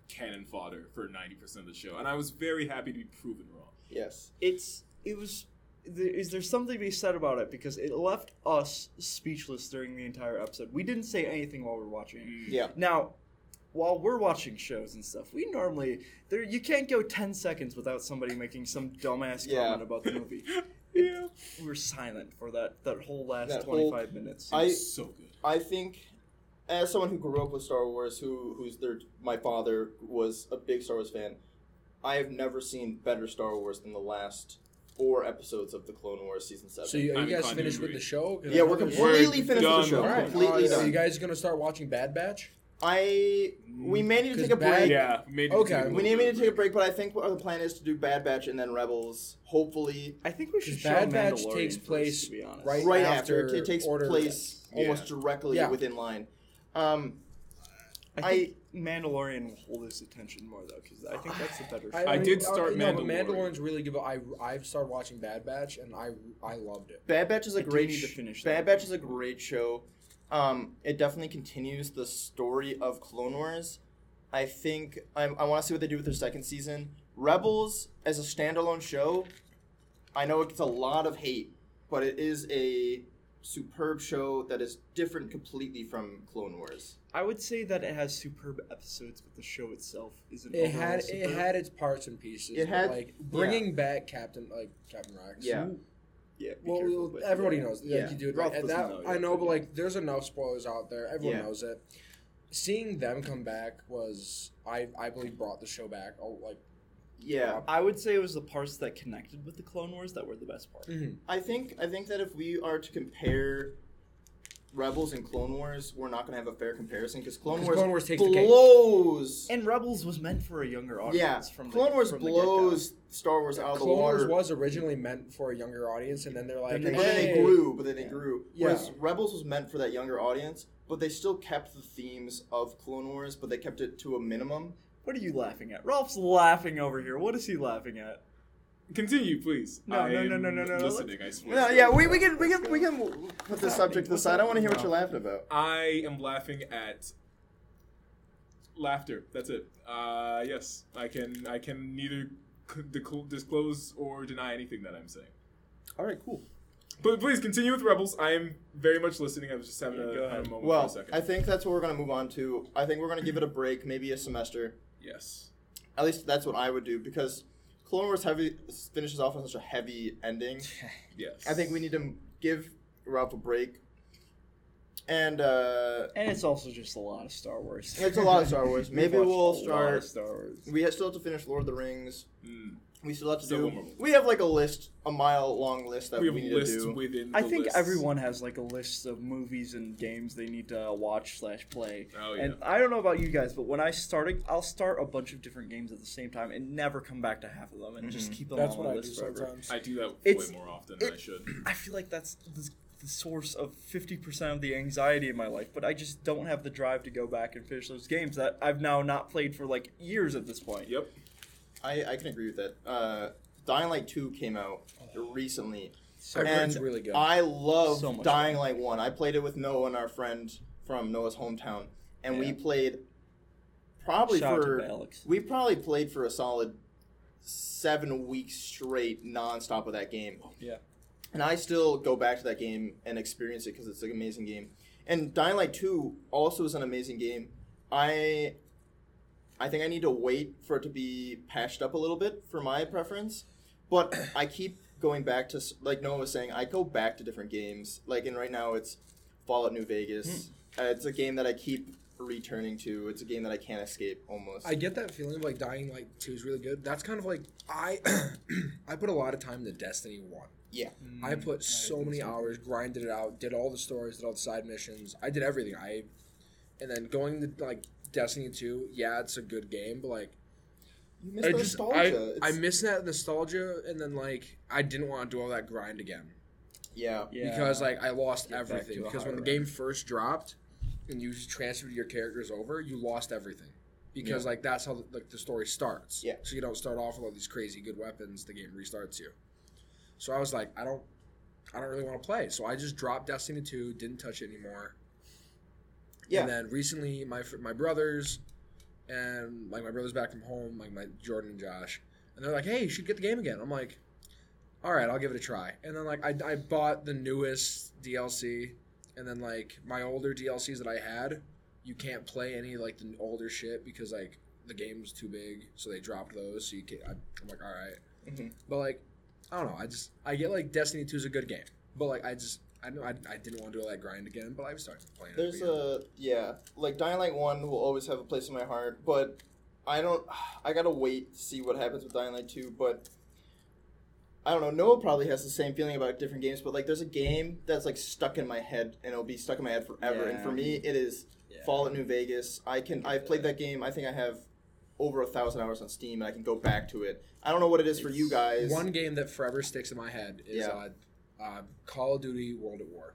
S2: cannon fodder for 90% of the show. And I was very happy to be proven wrong.
S3: yes.
S4: It's it was. There, is there something to be said about it because it left us speechless during the entire episode. We didn't say anything while we were watching. it.
S3: Yeah.
S4: Now, while we're watching shows and stuff, we normally there you can't go ten seconds without somebody making some dumbass
S3: Yeah.
S4: comment about the movie.
S2: Yeah.
S4: We were silent for that that whole last
S3: That
S4: twenty
S3: whole-
S4: five minutes.
S3: I-
S2: so good.
S3: I think, as someone who grew up with Star Wars, who who's their my father was a big Star Wars fan, I have never seen better Star Wars than the last four episodes of the Clone Wars season seven.
S1: So you, are
S2: I'm
S1: you guys
S2: continuing
S1: finished with
S2: reading.
S1: the show? 'Cause
S3: yeah,
S1: I
S3: we're
S1: thought it was-
S3: completely finished with
S2: done.
S3: the show.
S1: All right,
S3: Completely
S1: uh, so you
S3: done.
S1: guys gonna start watching Bad Batch?
S3: I we may need to take a
S1: 'Cause bad-
S3: break.
S2: Yeah. Maybe
S1: Okay.
S3: We may need to take a break, but I think what the plan is to do Bad Batch and then Rebels. Hopefully,
S4: I think we should show
S1: Bad Batch
S4: Mandalorian
S1: takes
S4: first,
S1: place
S4: to be honest.
S1: right-
S3: right
S1: After
S3: after, it takes
S1: Order of
S3: place
S2: Yes.
S3: almost
S2: Yeah.
S3: directly
S1: Yeah.
S3: within line. Um,
S4: I think Mandalorian will hold his attention more though, because I think that's the better. show.
S2: I did
S1: uh,
S2: start
S1: no, but
S2: Mandalorian.
S1: Mandalorian's really good. but I I've started watching Bad Batch and I I loved it.
S3: Bad Batch is a
S4: I do
S3: great
S4: need to
S3: sh-
S4: finish
S3: Bad
S4: that.
S3: Batch is a great show. Um, it definitely continues the story of Clone Wars. I think I, I want to see what they do with their second season. Rebels as a standalone show, I know it gets a lot of hate, but it is a superb show that is different completely from Clone Wars.
S4: I would say that it has superb episodes, but the show itself isn't.
S1: It
S4: overall
S1: had it
S4: superb.
S1: had its parts and pieces. but,
S3: It had-
S1: like bringing back Captain like Captain Rex.
S3: Yeah.
S4: Yeah, be
S1: Well,
S4: careful, but
S1: everybody
S4: yeah.
S1: knows.
S3: Yeah.
S1: Like, you do it.
S4: Ralph
S1: and
S4: doesn't
S1: that,
S4: know yet,
S1: I know,
S4: but
S1: but
S4: yeah.
S1: like, there's enough spoilers out there. Everyone
S3: Yeah.
S1: knows it. Seeing them come back was, I, I believe, brought the show back. Oh, like,
S3: Yeah,
S4: I would say it was the parts that connected with the Clone Wars that were the best part.
S1: Mm-hmm.
S3: I think I think that if we are to compare Rebels and Clone Wars, we're not going to have a fair comparison because Clone,
S1: 'Cause
S3: Wars
S1: Clone Wars takes the cake.
S3: blows.
S4: And Rebels was meant for a younger audience.
S3: Yeah,
S4: from
S3: Clone
S4: the,
S3: Wars
S4: from the get-go.
S3: blows Star Wars out of the
S1: Clone Wars
S3: water.
S1: was originally meant for a younger audience, and then they're like,
S4: And
S3: but
S4: then
S3: then they
S1: "Hey."
S3: grew, but then they grew.
S1: Yeah.
S3: Whereas Rebels was meant for that younger audience, but they still kept the themes of Clone Wars, but they kept it to a minimum.
S4: What are you laughing at? Ralph's laughing over here. What is he laughing at?
S2: Continue, please.
S4: No, no, no,
S2: I'm
S4: no, no, no, no,
S2: Listening, I swear.
S3: Yeah, yeah, we, we can we can we can put the subject to the side. I want to hear what you're laughing about.
S2: I am laughing at laughter. That's it. Uh, yes, I can. I can neither c- dec- disclose or deny anything that I'm saying.
S3: All right, cool.
S2: But please continue with Rebels. I am very much listening. I was just having
S4: Yeah,
S2: a,
S4: go ahead.
S2: a moment
S3: Well,
S2: for a second.
S3: I think that's what we're gonna move on to. I think we're gonna give it a break, maybe a semester.
S2: yes.
S3: At least that's what I would do because Clone Wars heavy finishes off on such a heavy ending.
S2: Yes.
S3: I think we need to give Ralph a break. And uh,
S4: And it's also just a lot of Star Wars.
S3: it's a lot of Star Wars. Maybe
S4: We've watched
S3: we'll
S4: a lot
S3: start.
S4: of Star Wars.
S3: We have- still have to finish Lord of the Rings.
S2: Mm.
S3: We still have to
S2: Still
S3: do.
S2: one more movie.
S3: We have like a list, a mile long list that
S2: we
S3: we,
S2: have
S3: need
S2: lists
S3: to do.
S2: within.
S4: I
S2: the
S4: think
S2: lists.
S4: everyone has like a list of movies and games they need to watch slash play.
S2: Oh,
S4: And I don't know about you guys, but when I started, I'll start a bunch of different games at the same time and never come back to half of them and just keep them
S1: That's
S4: on
S1: what
S4: my
S1: I do
S4: list forever.
S1: sometimes.
S2: I do that
S4: It's-
S2: way more often
S4: it-
S2: than I should.
S4: I feel like that's the, the source of 50% of the anxiety in my life, but I just don't have the drive to go back and finish those games that I've now not played for like years at this point.
S2: Yep.
S3: I, I can agree with that. Uh, Dying Light Two came out recently,
S1: I
S4: So
S1: heard
S3: and
S1: it's really good.
S3: I love
S4: Oh. So much
S3: Dying Light One. I played it with Noah and our friend from Noah's hometown, and we
S4: Yeah.
S3: played probably
S4: shout out
S3: for
S4: to Alex.
S3: we probably played for a solid seven weeks straight, nonstop of that game.
S4: Yeah.
S3: and I still go back to that game and experience it because it's an amazing game. And Dying Light Two also is an amazing game. I I think I need to wait for it to be patched up a little bit for my preference. But I keep going back to s- like Noah was saying. I go back to different games. Like and right now it's Fallout New Vegas. Uh, it's a game that I keep returning to. It's a game that I can't escape almost.
S1: I get that feeling of like Dying Light Two is really good. That's kind of like I I put a lot of time into Destiny One.
S3: yeah.
S1: I put so many hours, grinded it out, did all the stories, did all the side missions. I did everything. I and then going to like Destiny Two. Yeah, it's a good game, but like
S3: You miss
S1: I just
S3: nostalgia.
S1: I, I
S3: It's-
S1: miss that nostalgia, and then like I didn't want to do all that grind again
S3: yeah.
S4: Yeah.
S1: because like I lost
S4: Get back
S1: everything
S4: to a
S1: because when the
S4: higher
S1: game first dropped and you just transferred your characters over, you lost everything because like that's how like the story starts.
S3: Yeah.
S1: So you don't start off with all these crazy good weapons. The game restarts you. So I was like, I don't, I don't really want to play. So I just dropped Destiny two, didn't touch it anymore.
S3: Yeah.
S1: And then recently, my fr- my brothers, and like my brothers back from home, like my Jordan and Josh, and they're like, "Hey, you should get the game again." I'm like, "All right, I'll give it a try." And then like I, I bought the newest DLC, and then like my older DLCs that I had, you can't play any like the older shit because like the game's too big, so they dropped those. So you can't. I, I'm like, "All right,"
S3: Mhm.
S1: but like I don't know. I just I get like Destiny Two is a good game, but like I just. I, know I, I didn't want to do all that grind again, but I was starting playing. it
S3: There's
S1: again.
S3: a yeah, like Dying Light One will always have a place in my heart, but I don't. I gotta wait to see what happens with Dying Light Two, but I don't know. Noah probably has the same feeling about different games, but like there's a game that's like stuck in my head, and it'll be stuck in my head forever. And for
S4: Yeah.
S3: me, it is
S4: Yeah.
S3: Fallout New Vegas. I can. I've played that game. I think I have over a thousand hours on Steam, and I can go back to it. I don't know what it is for you guys.
S1: One game that forever sticks in my head is
S3: Yeah.
S1: uh, uh, Call of Duty World at War.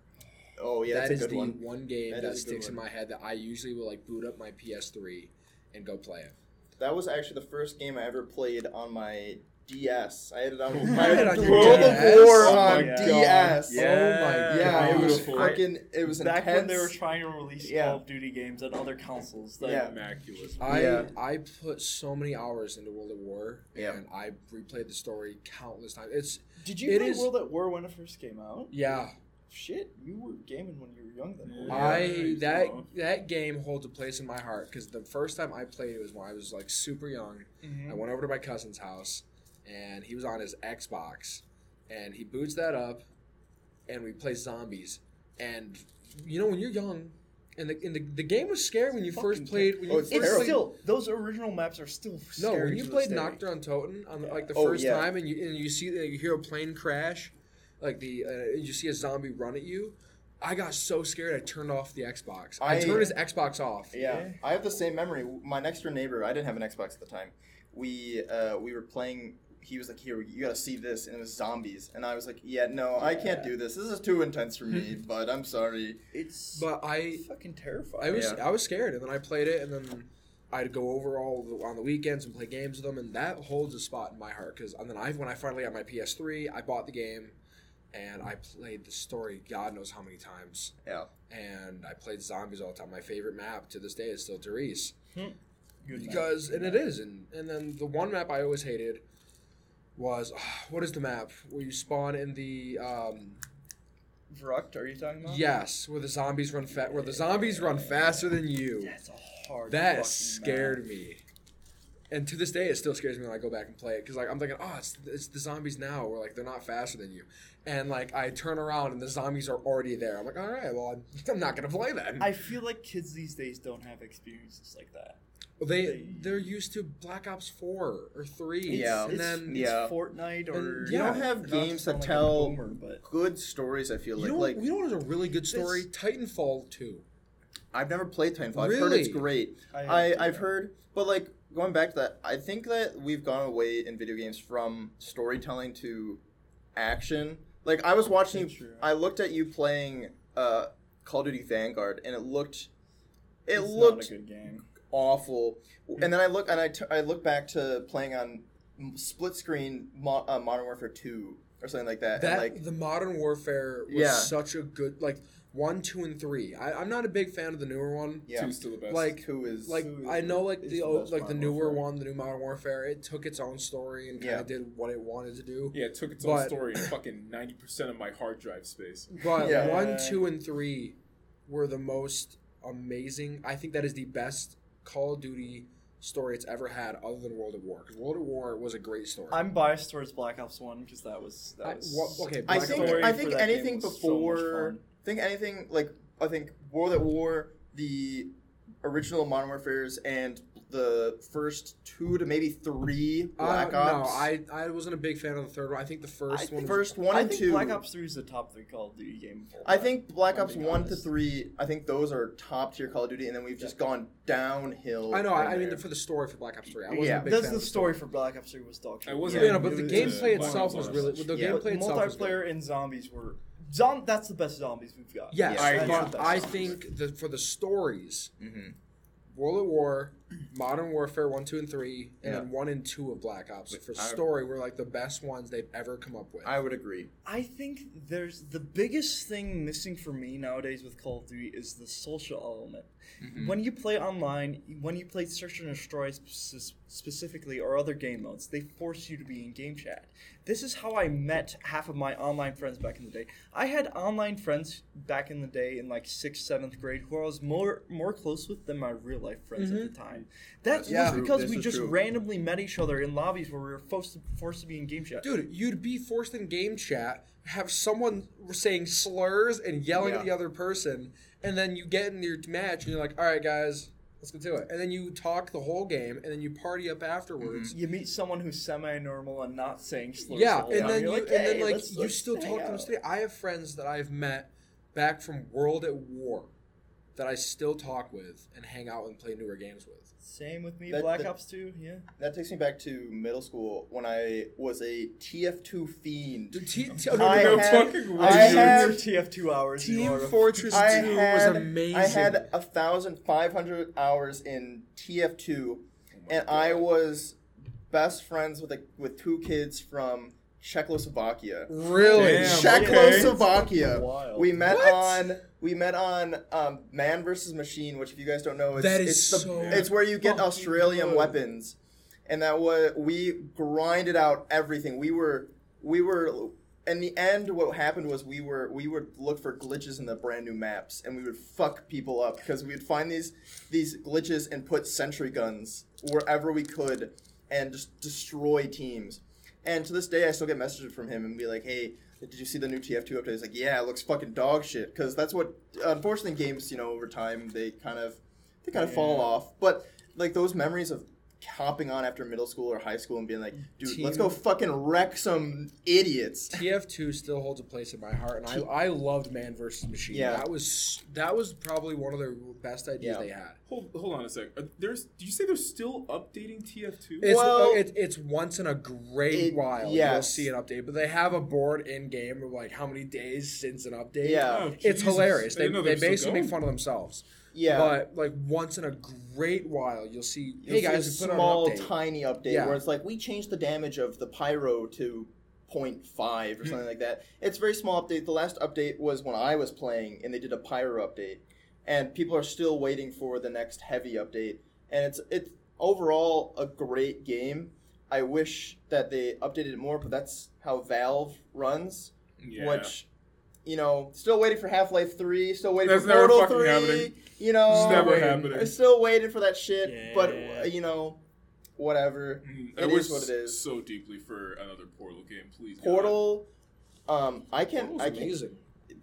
S3: Oh yeah, that's
S1: that is
S3: a good
S1: the
S3: one.
S1: game
S3: That
S1: that,
S3: is a good
S1: sticks in
S3: one.
S1: my head that I usually will like boot up my PS3 and go play it.
S3: That was actually the first game I ever played on my DS. I had it on
S4: You
S3: my
S4: had it on your
S3: World
S1: DS?
S3: of War
S2: Oh my
S3: on
S4: God.
S3: DS.
S4: Yeah.
S1: Oh my
S3: Yeah,
S1: god!
S3: it was
S2: Beautiful.
S3: fucking. It was
S4: back
S3: intense.
S4: when they were trying to release
S3: Yeah.
S4: Call of Duty games on other consoles. Like,
S3: Yeah.
S2: Immaculate.
S1: I
S3: Yeah.
S1: I put so many hours into World at War,
S3: Yeah.
S1: and I replayed the story countless times. It's
S4: Did
S1: you It play is- World
S4: at War when it first came out?
S1: yeah,
S4: Shit, you were gaming when you were young then.
S2: Yeah,
S1: I
S2: he's
S1: that
S2: wrong.
S1: that game holds a place in my heart because the first time I played it was when I was like super young,
S4: Mm-hmm.
S1: I went over to my cousin's house, and he was on his Xbox, and he boots that up, and we play zombies. And you know, when you're young, and the and the, the game was scary when you first
S4: Fucking
S1: played. When
S3: Oh,
S1: you
S3: it's
S1: first
S4: It's
S3: Terrible.
S1: played,
S4: still those original maps are still
S1: no,
S4: scary
S1: when
S4: to
S1: you
S4: this
S1: played
S4: day.
S1: Nocturne Toten on the, like the
S3: Oh,
S1: first
S3: yeah.
S1: time, and you and you see uh, you hear a plane crash, like the uh, you see a zombie run at you. I got so scared I turned off the Xbox. I,
S3: I-
S1: turned his Xbox off.
S3: Yeah.
S4: Yeah.
S3: I have the same memory. My next door neighbor, I didn't have an Xbox at the time. We uh, we were playing. He was like, "Here, you gotta see this," and it was zombies. And I was like, "Yeah, no, I can't
S4: Yeah.
S3: do this. This is too intense for me." but I'm sorry.
S4: It's
S1: But I
S4: fucking terrifying.
S1: I was
S3: Yeah.
S1: I was scared, and then I played it, and then I'd go over all the, on the weekends and play games with them, and that holds a spot in my heart because and then I when I finally got my PS3, I bought the game, and I played the story God knows how many times,
S3: Yeah.
S1: and I played zombies all the time. My favorite map to this day is still Therese
S4: Good map.
S1: because and it is and and then the one map I always hated was ah, what is the map where you spawn in the um
S4: Vruct, are you talking about?
S1: yes where the zombies run fa- where the zombies run faster than you.
S4: That's a hard.
S1: That
S4: fucking
S1: scared
S4: map.
S1: me. And to this day, it still scares me when I go back and play it because like I'm thinking, oh, it's, it's the zombies now, or like they're not faster than you, and like I turn around and the zombies are already there. I'm like, all right, well, I'm, I'm not gonna play that.
S4: I feel like kids these days don't have experiences like that.
S1: Well, they they're used to Black Ops four or three.
S3: Yeah.
S1: and
S4: it's,
S1: then
S3: yeah.
S4: it's Fortnite or
S1: And
S3: You
S1: Yeah,
S3: don't have
S4: not to
S3: games that
S4: sound like a
S3: tell
S4: boomer, but
S3: good stories. I feel
S1: you
S3: like
S1: know
S3: like
S1: we don't have a really good story. Titanfall two.
S3: I've never played Titanfall. I've heard it's
S1: Really?
S3: great.
S4: I-
S3: I, I've heard, but like going back to that, I think that we've gone away in video games from storytelling to action. Like I was watching,
S4: That's true.
S3: I looked at you playing uh, Call of Duty Vanguard, and it looked, it
S4: it's not
S3: looked
S4: a good game.
S3: awful. And then I look and I, t- I look back to playing on m- split screen Mo- uh, Modern Warfare Two or something like that.
S1: That
S3: and like
S1: the Modern Warfare was
S3: Yeah.
S1: such a good like one, two, and three. I, I'm not a big fan of the newer one.
S3: yeah,
S2: Two's still the best.
S1: Like
S3: two is
S1: like
S4: Two
S1: I know like
S3: is
S1: the
S3: the
S1: old,
S3: best
S1: like the
S3: Modern
S1: newer
S3: Warfare.
S1: one, the new Modern Warfare. It took its own story and kind
S3: Yeah.
S1: of did what it wanted to do.
S2: yeah, it took its own
S1: But-
S2: story and fucking ninety percent of my hard drive space.
S1: But
S3: Yeah.
S1: one, two, and three were the most amazing. I think that is the best Call of Duty story it's ever had, other than World at War. Because World at War was a great story.
S4: I'm biased towards Black Ops One because that was
S1: I-
S4: that was.
S1: wha- okay,
S3: I
S1: Black
S3: think
S1: Story
S3: I
S4: for
S3: think
S4: that game
S3: anything
S4: was so much
S3: before
S4: fun.
S3: think anything like I think World at War, the original Modern Warfare's and the first two to maybe three Black
S1: Uh,
S3: Ops.
S1: No, I I wasn't a big fan of the third one. I think the first
S3: I-
S1: one. was
S3: first one
S4: I
S3: and
S4: think
S3: two.
S4: Black Ops Three is the top three Call of Duty game. of all
S3: I
S4: time.
S3: think Black
S4: I'm
S3: Ops
S4: being
S3: one to
S4: honest.
S3: three. I think those are top tier Call of Duty, and then we've just gone downhill.
S1: I know. I,
S3: from
S1: I mean,
S3: there.
S1: for the story for Black Ops Three, I wasn't
S3: Yeah.
S1: a big
S4: That's
S1: fan.
S4: the
S1: of
S4: story for Black Ops Three was dog shit.
S2: I wasn't-
S1: Yeah, no, but
S2: It
S1: the
S2: was,
S1: gameplay
S2: uh, Black
S1: itself
S2: Ops
S1: was
S2: One.
S1: really the
S3: Yeah.
S1: gameplay itself was good.
S4: multiplayer and zombies were zom- that's the best zombies we've got.
S1: Yes,
S3: Yeah.
S4: That's
S1: but
S4: the best
S1: I
S4: zombies.
S1: think the for the stories,
S3: Mhm.
S1: World at War, Modern Warfare one, two, and three, and
S3: Yeah.
S1: then one and two of Black Ops for
S3: I-
S1: story were like the best ones they've ever come up with.
S3: I would agree.
S4: I think there's the biggest thing missing for me nowadays with Call of Duty is the social element.
S3: Mm-hmm.
S4: When you play online, when you play search and destroy spec- specifically or other game modes, they force you to be in game chat. This is how I met half of my online friends back in the day. I had online friends back in the day in like sixth, seventh grade who I was more more close with than my real life friends at the time. That
S3: Yeah.
S4: was
S3: True.
S4: because
S3: This
S4: we
S3: is
S4: just
S3: true.
S4: randomly met each other in lobbies where we were forced to, forced to be in game chat.
S1: Dude, you'd be forced in game chat, have someone saying slurs and yelling at
S3: Yeah.
S1: the other person, and then you get in your match and you're like, all right, guys, let's get to it. And then you talk the whole game, and then you party up afterwards.
S4: you meet someone who's semi-normal and not saying slurs. the
S1: Yeah,
S4: whole
S1: and
S4: time.
S1: then you
S4: You're
S1: and
S4: "Hey,
S1: then like
S4: let's-
S1: you
S4: let's
S1: still
S4: hang
S1: talk to them
S4: out."
S1: today. I have friends that I've met back from World at War that I still talk with and hang out and play newer games with.
S4: Same with me,
S3: That-
S4: Black
S3: that-
S4: Ops Two. Yeah,
S3: That takes me back to middle school when I was a TF2 fiend.
S1: Dude, T- T-
S3: I
S1: no, no,
S3: had-
S2: fucking way.
S3: I
S4: Dude,
S3: had
S4: your TF two hours. you
S1: Team
S4: are a-
S1: Fortress
S3: I
S1: 2
S3: had,
S1: was amazing.
S3: I had a thousand five hundred hours in TF2, and I was best friends with a, with two kids from Czechoslovakia.
S1: really
S2: Damn,
S1: Shaq-
S2: okay.
S3: Czechoslovakia.
S4: Wild.
S3: We met
S1: What?
S3: on we met on um, Man versus Machine, which if you guys don't know, it's
S1: That is
S3: it's, the,
S1: so
S3: it's where you get
S4: fucking
S3: Australian
S4: good.
S3: weapons, and that was we grinded out everything. We were we were in the end. What happened was we were we would look for glitches in the brand new maps, and we would fuck people up because we would find these these glitches and put sentry guns wherever we could, and just destroy teams. And to this day, I still get messages from him and be like, "Hey, did you see the new TF2 update?" He's like, "Yeah, it looks fucking dog shit." Because that's what, unfortunately, in games you know over time they kind of they kind of fall off. But like those memories of hopping on after middle school or high school and being like, "Dude, let's
S1: Team-
S3: go fucking wreck some idiots."
S1: TF2 still holds a place in my heart, and I, I loved Man versus Machine.
S3: Yeah.
S1: that was that was probably one of their best ideas
S3: Yeah.
S1: they had.
S2: Hold, hold on a sec. Are, there's, do you say they're still updating TF2?
S1: It's, uh,
S3: Well-
S1: it, it's once in a great
S3: It-
S1: while you'll
S3: yes.
S1: see an update, but they have a board in game of like how many days since an update.
S3: Yeah.
S2: Oh,
S1: it's
S2: Jesus.
S1: hilarious.
S2: I
S1: They,
S2: didn't know
S1: they
S2: were still
S1: basically make
S2: going.
S1: fun of themselves.
S3: Yeah.
S1: But like once in a great while, you'll see.
S3: You'll
S1: hey
S3: see
S1: guys,
S3: a
S1: we put
S3: small
S1: out an update.
S3: tiny update
S1: Yeah.
S3: where it's like we changed the damage of the pyro to 0.5
S2: Hmm.
S3: or something like that. It's a very small update. The last update was when I was playing, and they did a pyro update, and people are still waiting for the next heavy update. And it's it's overall a great game. I wish that they updated it more, but that's how Valve runs.
S2: yeah.
S3: Which, you know, still waiting for Half Life Three. Still waiting
S2: That's
S3: for
S2: never
S3: Portal
S2: fucking
S3: Three.
S2: happening.
S3: You know,
S2: it's never
S1: waiting.
S2: happening.
S3: I still waited for that shit, but
S4: Yeah.
S3: uh, you know, whatever.
S2: Mm,
S3: It
S2: I
S3: is
S2: wish
S3: what it is.
S2: so deeply for another Mm-hmm. Portal game, please. God.
S3: Portal, um, I can,
S1: Portal's
S3: I can.
S1: amazing.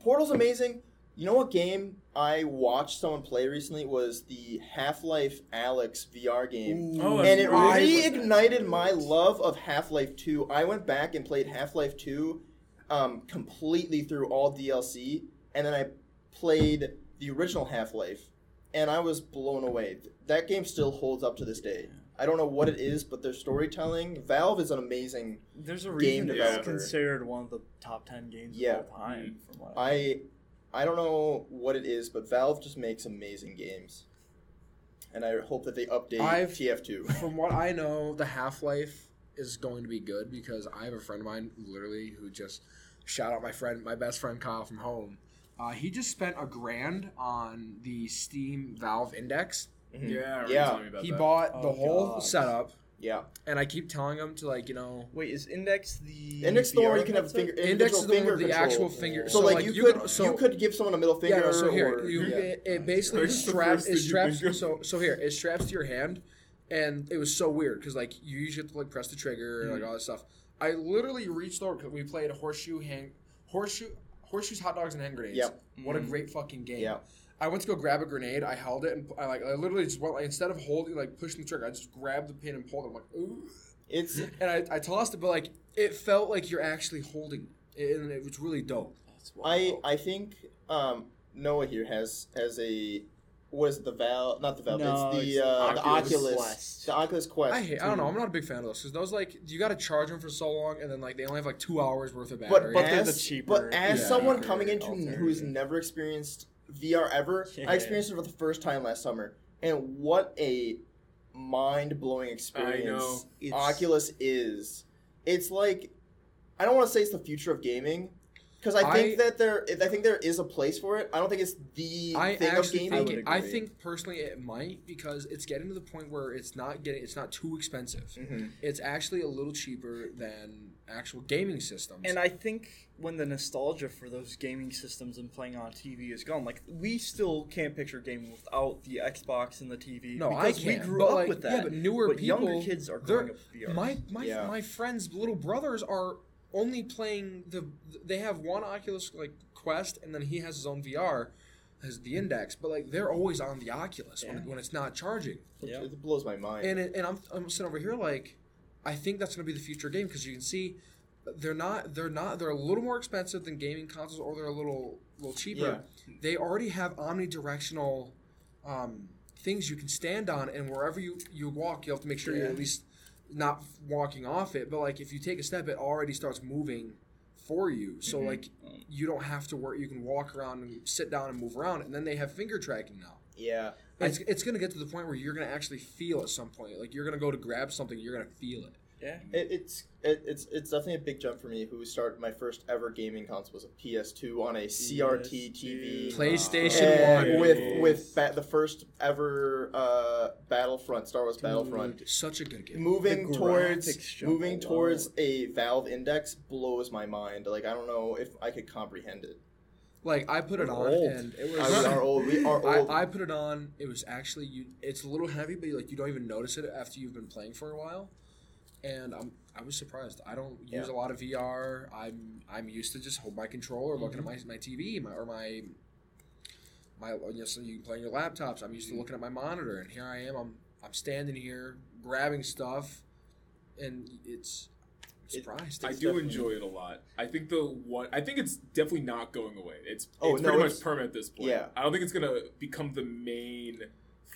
S3: Portal's amazing, You know what game I watched someone play recently was the Half Life Alex VR game.
S2: Oh,
S3: And it
S2: right.
S3: reignited my love of Half Life 2. I went back and played Half Life 2 um, completely through all DLC, and then I played the original Half Life, and I was blown away. Th- That game still holds up to this day. I don't know what it is, but their storytelling. Valve is an amazing
S4: There's a
S3: Game
S4: reason it's
S3: developer.
S4: considered one of the top ten games
S3: Yeah.
S4: of all time. From what I,
S3: I I don't know what it is, but Valve just makes amazing games. And I hope that they update
S1: I've-
S3: TF2.
S1: From what I know, the Half Life is going to be good because I have a friend of mine, literally, who just shout out my friend, my best friend Kyle from home. Uh, he just spent a grand on the Steam Valve Index.
S3: Mhm.
S2: Mm-hmm. Yeah, I remember
S3: Yeah.
S2: telling me about
S1: He
S2: that.
S1: bought the
S4: Oh,
S1: whole
S4: God.
S1: setup,
S3: Yeah.
S1: and I keep telling him to like you know.
S4: wait, is Index the
S3: Index the one
S4: VR
S3: where you can have
S4: headset?
S3: finger,
S1: Index
S3: individual
S1: is the, one
S3: finger
S1: with the
S3: control.
S1: actual finger.
S3: So, like, you, could
S1: so,
S3: you could give someone a middle finger
S1: yeah, no, so here
S3: or
S1: you,
S3: yeah.
S1: it, it basically
S2: That's the
S1: straps
S2: first thing
S1: it
S2: you
S1: straps
S2: think of.
S1: so so here it straps to your hand, and it was so weird because like you usually have to like press the trigger
S2: Mm-hmm.
S1: and like all this stuff. I literally reached over because we played horseshoe hang horseshoe horseshoes hot dogs and hand grenades.
S3: Yep.
S1: What
S2: Mm-hmm.
S1: a great fucking game.
S3: Yeah.
S1: I went to go grab a grenade. I held it and pu- I like I literally just went like instead of holding like pushing the trigger, I just grabbed the pin and pulled it. I'm like ooh,
S3: It's
S1: and I, I tossed it, but like it felt like you're actually holding it, and it was really dope.
S4: That's wild.
S3: I I think um, Noah here has has a what is it, the Val not the Valve,
S4: No,
S3: it's the
S4: it's the
S3: uh, the
S4: Oculus
S3: Oculus.
S4: Quest.
S3: The Oculus Quest.
S1: I hate. I don't know. I'm not a big fan of those because those like you got to charge them for so long, and then like they only have like two hours worth of battery.
S3: but, but
S4: they're the
S3: as,
S4: cheaper-
S3: but as
S1: yeah.
S3: someone
S4: cheaper
S3: coming into
S4: alternative.
S3: who's never experienced VR ever,
S4: Yeah.
S3: I experienced it for the first time last summer, and what a mind-blowing experience
S2: know.
S4: It's-
S3: Oculus is. It's like I don't want to say it's the future of gaming because I think
S1: I-
S3: that there I think there is a place for it. I don't think it's the
S1: I
S3: thing of
S1: actually
S3: gaming.
S1: think
S4: I
S1: it,
S4: would
S1: I
S4: agree.
S1: think personally it might because it's getting to the point where it's not getting it's not too expensive.
S4: Mm.
S3: Mhm.
S1: It's actually a little cheaper than actual gaming systems.
S4: And I think when the nostalgia for those gaming systems and playing on TV is gone, like we still can't picture gaming without the Xbox and the TV.
S1: no, I
S4: because
S1: can't.
S4: We grew
S1: but
S4: up
S1: like,
S4: with that.
S1: Yeah, but newer
S4: But
S1: people,
S4: younger kids are
S1: they're-
S4: growing up with VR.
S1: My my
S3: Yeah.
S1: my friends' little brothers are only playing the. They have one Oculus like Quest, and then he has his own VR, has the Index. But like they're always on the Oculus when, when it's not charging.
S4: Yeah.
S3: It blows my mind.
S1: And it, and I'm, I'm sitting over here like, I think that's going to be the future game because you can see they're not they're not they're a little more expensive than gaming consoles or they're a little little cheaper. They already have omnidirectional um, things you can stand on, and wherever you you walk, you have to make sure you're
S3: Yeah.
S1: at least not walking off it. But like if you take a step, it already starts moving for you. So like you don't have to worry. You can walk around and sit down and move around, and then they have finger tracking now.
S3: yeah.
S1: It's, it's going to get to the point where you're going to actually feel at some point. Like you're going to go to grab something, you're going to feel it.
S4: yeah.
S3: It, it's it, it's it's definitely a big jump for me. Who started my first ever gaming console was a PS2 on a CRT TV,
S4: Play-
S1: PlayStation
S3: uh, and
S2: Yes.
S1: One,
S3: with with ba- the first ever uh, Battlefront, Star Wars Battlefront.
S1: Dude, such a good game.
S3: Moving
S4: The graphics
S3: towards
S4: jump
S3: moving
S4: alone.
S3: towards a Valve Index blows my mind. Like I don't know if I could comprehend it.
S1: Like I put it
S4: We're
S1: on,
S4: old.
S1: and it
S3: I was our
S1: was.
S3: old. We are old.
S1: I, I put it on. It was actually you. It's a little heavy, but like you don't even notice it after you've been playing for a while. And I'm I was surprised. I don't use
S3: Yeah.
S1: a lot of VR. I'm I'm used to just hold my controller, looking at my
S3: Mm-hmm.
S1: my TV, my, or my my you know, so you can play on your laptops. I'm used
S3: Mm-hmm.
S1: to looking at my monitor, and here I am. I'm I'm standing here grabbing stuff, and it's I'm
S3: It-
S1: surprised.
S2: I
S3: It's
S2: do
S3: definitely-
S2: enjoy it a lot. I think the one. I think it's definitely not going away. It's,
S3: Oh,
S2: it's
S3: no,
S2: pretty
S3: it's-
S2: much permanent at this point.
S3: yeah.
S2: I don't think it's gonna become the main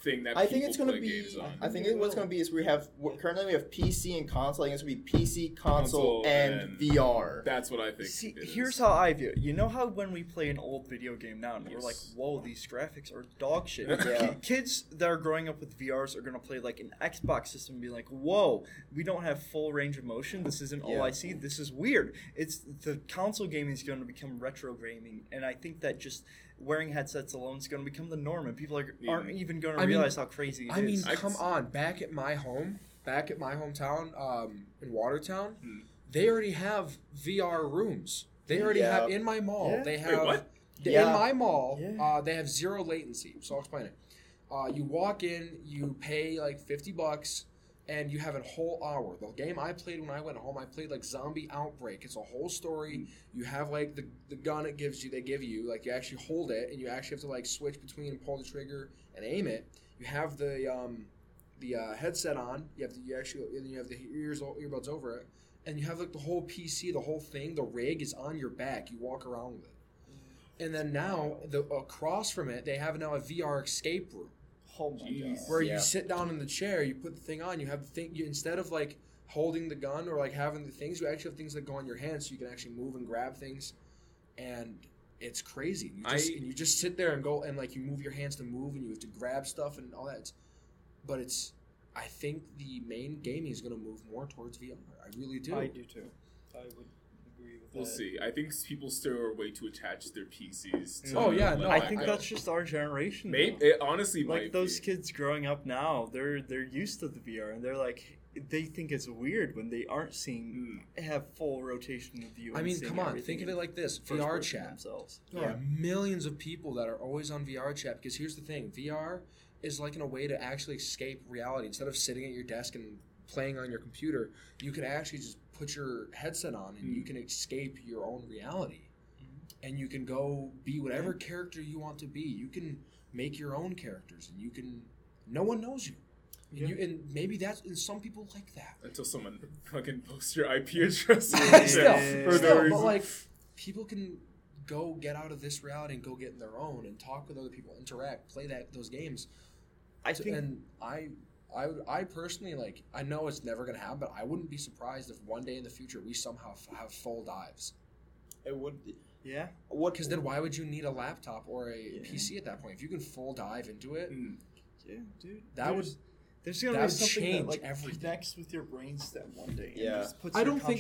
S2: thing that
S3: I
S2: people
S3: think it's going to
S2: play
S3: be.
S2: games on.
S3: I think it, what's going to be is we have we're- currently we have PC and console. I think it's going to be PC, console,
S2: Console
S3: and,
S2: and-
S3: VR.
S2: That's what I think.
S4: See,
S2: it is.
S4: here's how I view it. You know how when we play an old video game now, and we're like,
S2: Yes.
S4: "Whoa, these graphics are dog shit."
S3: Yeah.
S4: Ki- Kids that are growing up with VRs are gonna play like an Xbox system and be like, "Whoa, we don't have full range of motion. This isn't all
S3: Yeah.
S4: I see. This is weird." It's the console gaming is gonna become retro gaming, and I think that just wearing headsets alone is gonna become the norm, and people are,
S2: Yeah.
S4: aren't even gonna
S1: I mean-
S4: realize how crazy it is.
S1: I mean,
S2: I
S1: come
S2: s-
S1: on. Back at my home, back at my hometown um, in Watertown,
S2: Hmm.
S1: they already have VR rooms. They already
S3: Yeah.
S1: have in my mall.
S4: Yeah.
S1: They
S2: Wait,
S1: have
S2: what?
S1: they- in
S3: Yeah.
S1: my mall.
S4: Yeah.
S1: Uh, they have zero latency. So I'll explain it. Uh, you walk in, you pay like fifty bucks. and you have a whole hour. The game I played when I went home, I played like Zombie Outbreak. It's a whole story.
S2: Hmm.
S1: You have like the, the gun it gives you, they give you, like you actually hold it, and you actually have to like switch between and pull the trigger and aim it. You have the um, the uh, headset on. You have the, you actually and you have the ears earbuds over it, and you have like the whole PC, the whole thing. The rig is on your back. You walk around with it, and then now the across from it, they have now a VR escape room
S4: Oh my
S2: Jeez.
S1: where
S5: Yeah.
S1: you sit down in the chair, you put the thing on, you have the thing. You, instead of like holding the gun or like having the things, you actually have things that go on your hands, so you can actually move and grab things, and it's crazy. You just,
S2: I-
S1: and you just sit there and go and like you move your hands to move, and you have to grab stuff and all that. It's- But it's, I think the main gaming is going to move more towards VR. I really do.
S4: god. I do too. I would agree with
S2: We'll
S4: that.
S2: see. I think people still are way too attached to their PCs. To
S1: Oh, yeah, no,
S4: I
S1: I-
S4: think
S1: I-
S4: that's just our generation.
S2: Maybe,
S4: though.
S2: it honestly
S4: like
S2: might
S4: those
S2: be.
S4: kids growing up now, they're they're used to the VR and they're like they think it's weird when they aren't seeing
S2: Mm.
S4: have full rotation of you.
S1: I
S4: and
S1: mean,
S4: seeing
S1: come on,
S4: everything
S1: think of
S4: in
S1: it like this:
S4: first
S1: VR
S4: person
S1: chat.
S4: themselves.
S1: There are millions of people that are always on VR chat because here's the thing VR is like in a way to actually escape reality. Instead of sitting at your desk and playing on your computer, you can actually just put your headset on and you can escape your own reality. And you can go be whatever character you want to be. You can make your own characters and you can. No one knows you. And, you, and maybe that's. And some people like that.
S2: Until someone fucking posts your IP address. or
S1: still,
S4: Yeah.
S2: something for no
S1: still, but
S2: reason.
S1: like people can go get out of this reality and go get in their own and talk with other people, interact, play that those games.
S4: I
S1: So-
S4: think
S1: and I, I, would- I personally like. I know it's never gonna happen, but I wouldn't be surprised if one day in the future we somehow f- have full dives.
S3: It would.
S4: yeah.
S3: What?
S1: Because then why would you need a laptop or a PC at that point? If you can full dive into it,
S2: Mm.
S4: Yeah, dude.
S1: That
S4: there's, there's gonna
S1: that
S4: be
S1: would
S4: something that
S1: change
S4: like
S1: everything.
S4: connects with your brainstem one day. and
S3: Yeah.
S4: just puts your consciousness into the game.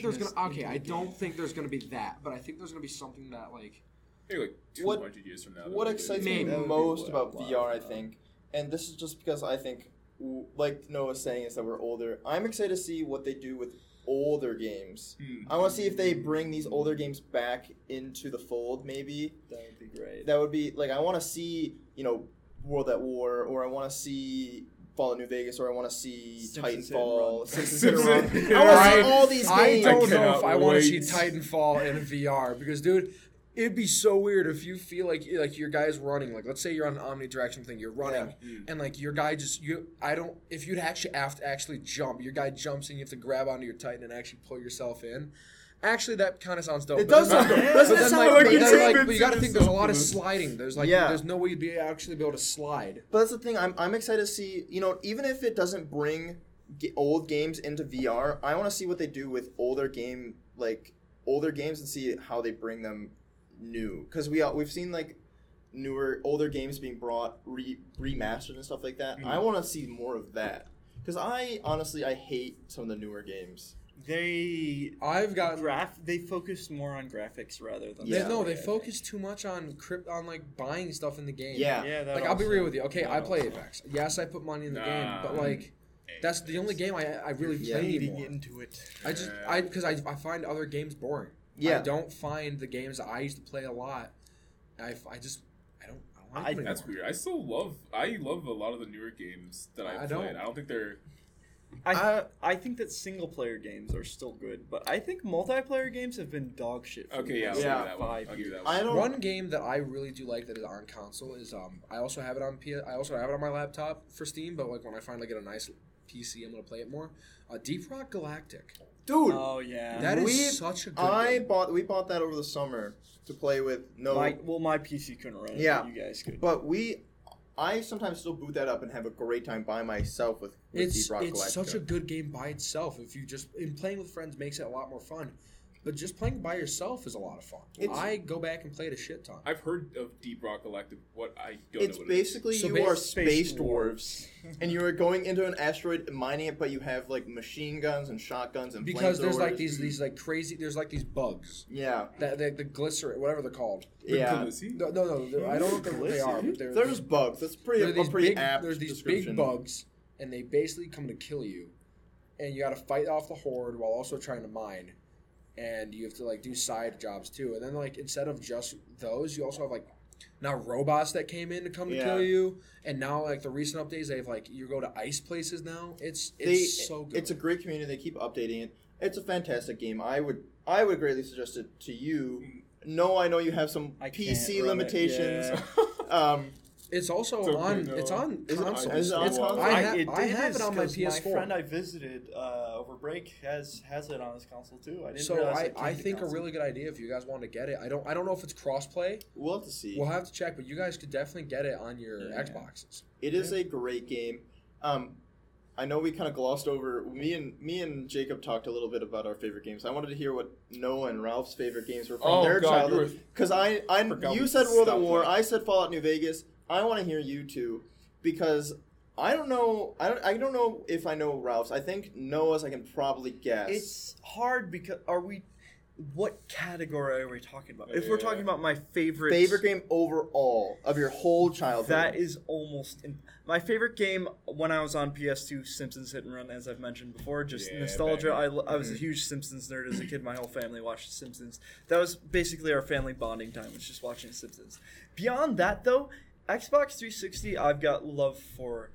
S1: think there's gonna be that, but I think there's gonna be something that like.
S2: Maybe like two
S3: What-
S2: hundred years from now.
S3: What
S2: that'll be
S3: excites
S2: good.
S3: me
S1: Maybe.
S4: That would be
S3: most
S4: what
S3: about
S4: I want.
S3: VR, I think, and this is just because I think, w- like Noah was saying, is that we're older. I'm excited to see what they do with older games.
S2: Mm.
S3: I want to see if they bring these older games back into the fold, maybe.
S4: That would be great.
S3: That would be like I want to see, you know, World at War, or I want to see Fallout New Vegas, or I want to see
S4: Simpsons Hit and
S3: Titanfall,
S4: Run.
S3: Simpsons Hit and Run.
S2: Simpsons-
S3: I want to see
S1: Right.
S3: all these
S1: I
S3: games.
S1: don't
S2: I
S1: know
S2: cannot
S1: if I want to see
S2: wait.
S1: Titanfall in VR because, dude, it'd be so weird if you feel like like your guy's running. Like, let's say you're on an omnidirectional thing, you're running,
S3: Hmm.
S1: and like your guy just you. I don't. If you'd actually have to actually jump, your guy jumps and you have to grab onto your Titan and actually pull yourself in. Actually, that kind of sounds dope.
S3: It
S1: but
S3: does
S1: then-
S3: sound dope.
S1: but
S3: Doesn't it
S1: then,
S3: sound
S1: like,
S3: like
S1: but then,
S3: it's-
S1: like, but you got to think there's a lot of
S2: it's-
S1: sliding. There's like
S3: Yeah.
S1: there's no way you'd be actually be able to slide.
S3: But that's the thing. I'm, I'm excited to see. You know, even if it doesn't bring g- old games into VR, I want to see what they do with older game like older games and see how they bring them new. Because we all- we've seen like newer older games being brought re, remastered and stuff like that. I want to see more of that. Because I honestly I hate some of the newer games.
S4: They
S1: I've gotten
S4: graph. They focus more on graphics rather than
S1: They-
S3: Yeah.
S1: no, they
S4: story, I
S1: focus too much on crypt on like buying stuff in the game.
S3: Yeah.
S4: think. Yeah, that
S1: like I'll be
S4: also-
S1: real with you. Okay,
S4: that
S1: I play
S4: also.
S1: Apex. Yes, I put money in the game,
S2: Nah.
S1: but like that's the only game I, I really
S3: Yeah.
S1: play
S4: Leading
S1: anymore.
S4: into it.
S1: I just I because I, I find other games boring.
S3: Yeah.
S1: I don't find the games that I used to play a lot. I, I just I don't I don't like
S4: I-
S1: them
S2: That's
S1: anymore.
S2: weird. I still love. I love a lot of the newer games that I,
S1: I
S2: played.
S1: don't-
S2: I don't think they're.
S4: I, I think that single player games are still good, but I think multiplayer games have been dog shit. For
S2: Okay, yeah, I'll
S4: the
S2: give you
S3: Yeah.
S4: past
S2: that one.
S4: five
S2: I'll give you that one.
S3: I don't.
S1: One game that I really do like that is on console is um I also have it on P I also have it on my laptop for Steam, but like when I finally get a nice PC, I'm gonna play it more. Uh, Deep Rock Galactic.
S3: Dude,
S4: Oh yeah,
S1: That is
S3: We-
S1: such a good
S3: I
S1: game.
S3: bought we bought that over the summer to play with no
S4: my well, my PC couldn't run. it, but
S3: Yeah.
S4: you guys could.
S3: But we, I sometimes still boot that up and have a great time by myself with, with
S1: it's
S3: Deep Rock
S1: it's
S3: Galactica.
S1: such a good game by itself. If you just and playing with friends makes it a lot more fun, but just playing by yourself is a lot of fun.
S3: It's-
S1: I go back and play it a shit ton.
S2: I've heard of Deep Rock Galactic. What I don't
S3: It's
S2: know. What
S3: basically
S1: So
S3: you
S1: bas-
S3: are
S4: space
S3: space dwarves, and you are going into an asteroid and mining it, but you have like machine guns and shotguns and
S1: because there's like
S3: flamethrowers.
S1: these these like crazy there's like these bugs
S3: yeah
S1: that the, the glycerin whatever they're called.
S2: it is.
S3: yeah.
S2: Is he?
S1: No, no, no they're- I don't know what they are. But they're,
S3: There's bugs. That's pretty
S1: they're
S3: a
S1: these
S3: pretty
S1: big,
S3: apt
S1: there's these
S3: description.
S1: big bugs, and they basically come to kill you, and you got to fight off the horde while also trying to mine, and you have to like do side jobs too. And then like instead of just those, you also have like now robots that came in to come to
S3: Yeah.
S1: kill you, and now like the recent updates, they've like you go to ice places now. It's it's
S3: They-
S1: so good.
S3: It's a great community. They keep updating it. It's a fantastic game. I would I would greatly suggest it to
S1: Mm.
S3: you. No, I know you have some
S4: I can't
S3: PC
S4: run it,
S3: limitations.
S4: yeah.
S3: Um,
S1: it's also
S2: It's okay,
S1: on.
S2: no.
S1: It's on
S3: Is it-
S1: consoles.
S3: is it on
S1: It's-
S3: what?
S1: I,
S4: I,
S1: ha-
S4: it,
S1: I
S4: it
S1: have
S4: is
S1: it on my
S4: 'cause My friend
S1: PS4.
S4: I visited uh, over break has has it on his console too. I didn't
S1: So
S4: realize
S1: I,
S4: it came
S1: I
S4: to
S1: think a
S4: console.
S1: really good idea if you guys want to get it. I don't I don't know if it's crossplay.
S3: we'll have to see.
S1: We'll have to check, but you guys could definitely get it on your
S4: Yeah.
S1: Xboxes.
S3: It is a great game. Um, I know we kind of glossed over. Me and me and Jacob talked a little bit about our favorite games. I wanted to hear what Noah and Ralph's favorite games were from
S2: Oh,
S3: their
S2: God, you
S3: childhood.
S2: were-
S3: Because I, I,
S2: Forgot
S3: you
S2: we
S3: said World at
S2: stopped
S3: War.
S2: that.
S3: I said Fallout New Vegas. I want to hear you two because I don't know. I don't. I don't know if I know Ralph's. I think Noah's. I can probably guess.
S4: It's hard because are we? What category are we talking about? If we're
S2: Yeah.
S4: talking about my favorite
S3: favorite game overall of your whole childhood.
S4: That is almost in, my favorite game when I was on PS2. Simpsons Hit and Run, as I've mentioned before, just
S2: Yeah,
S4: nostalgia.
S2: banger. Mm-hmm.
S4: I, lo- I was a huge Simpsons nerd as a kid. My whole family watched The Simpsons. That was basically our family bonding time was just watching The Simpsons. Beyond that, though, Xbox 360, I've got love for.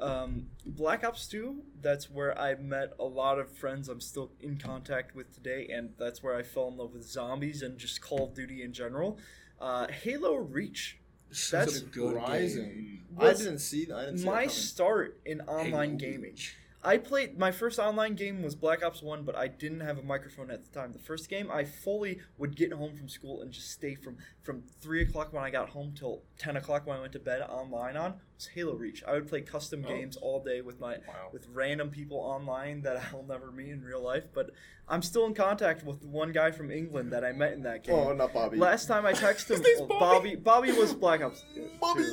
S4: Um, Black Ops 2, that's where I met a lot of friends I'm still in contact with today, and that's where I fell in love with zombies and just Call of Duty in general. Uh, Halo Reach,
S1: That's
S4: That's
S1: a good game.
S5: Rising. I
S4: was
S5: didn't see. I didn't see
S4: my
S5: that coming.
S4: start in online
S1: Hey,
S4: gaming. I played my first online game was Black Ops 1, but I didn't have a microphone at the time. The first game I fully would get home from school and just stay from from three o'clock when I got home till ten o'clock when I went to bed online on was Halo Reach. I would play custom
S2: Oh.
S4: games all day with my
S2: Wow.
S4: with random people online that I'll never meet in real life, but I'm still in contact with the one guy from England that I met in that game.
S3: oh, not Bobby.
S4: Last time I texted him,
S2: name's
S4: oh,
S2: Bobby.
S4: Bobby. Bobby was Black Ops.
S3: Bobby.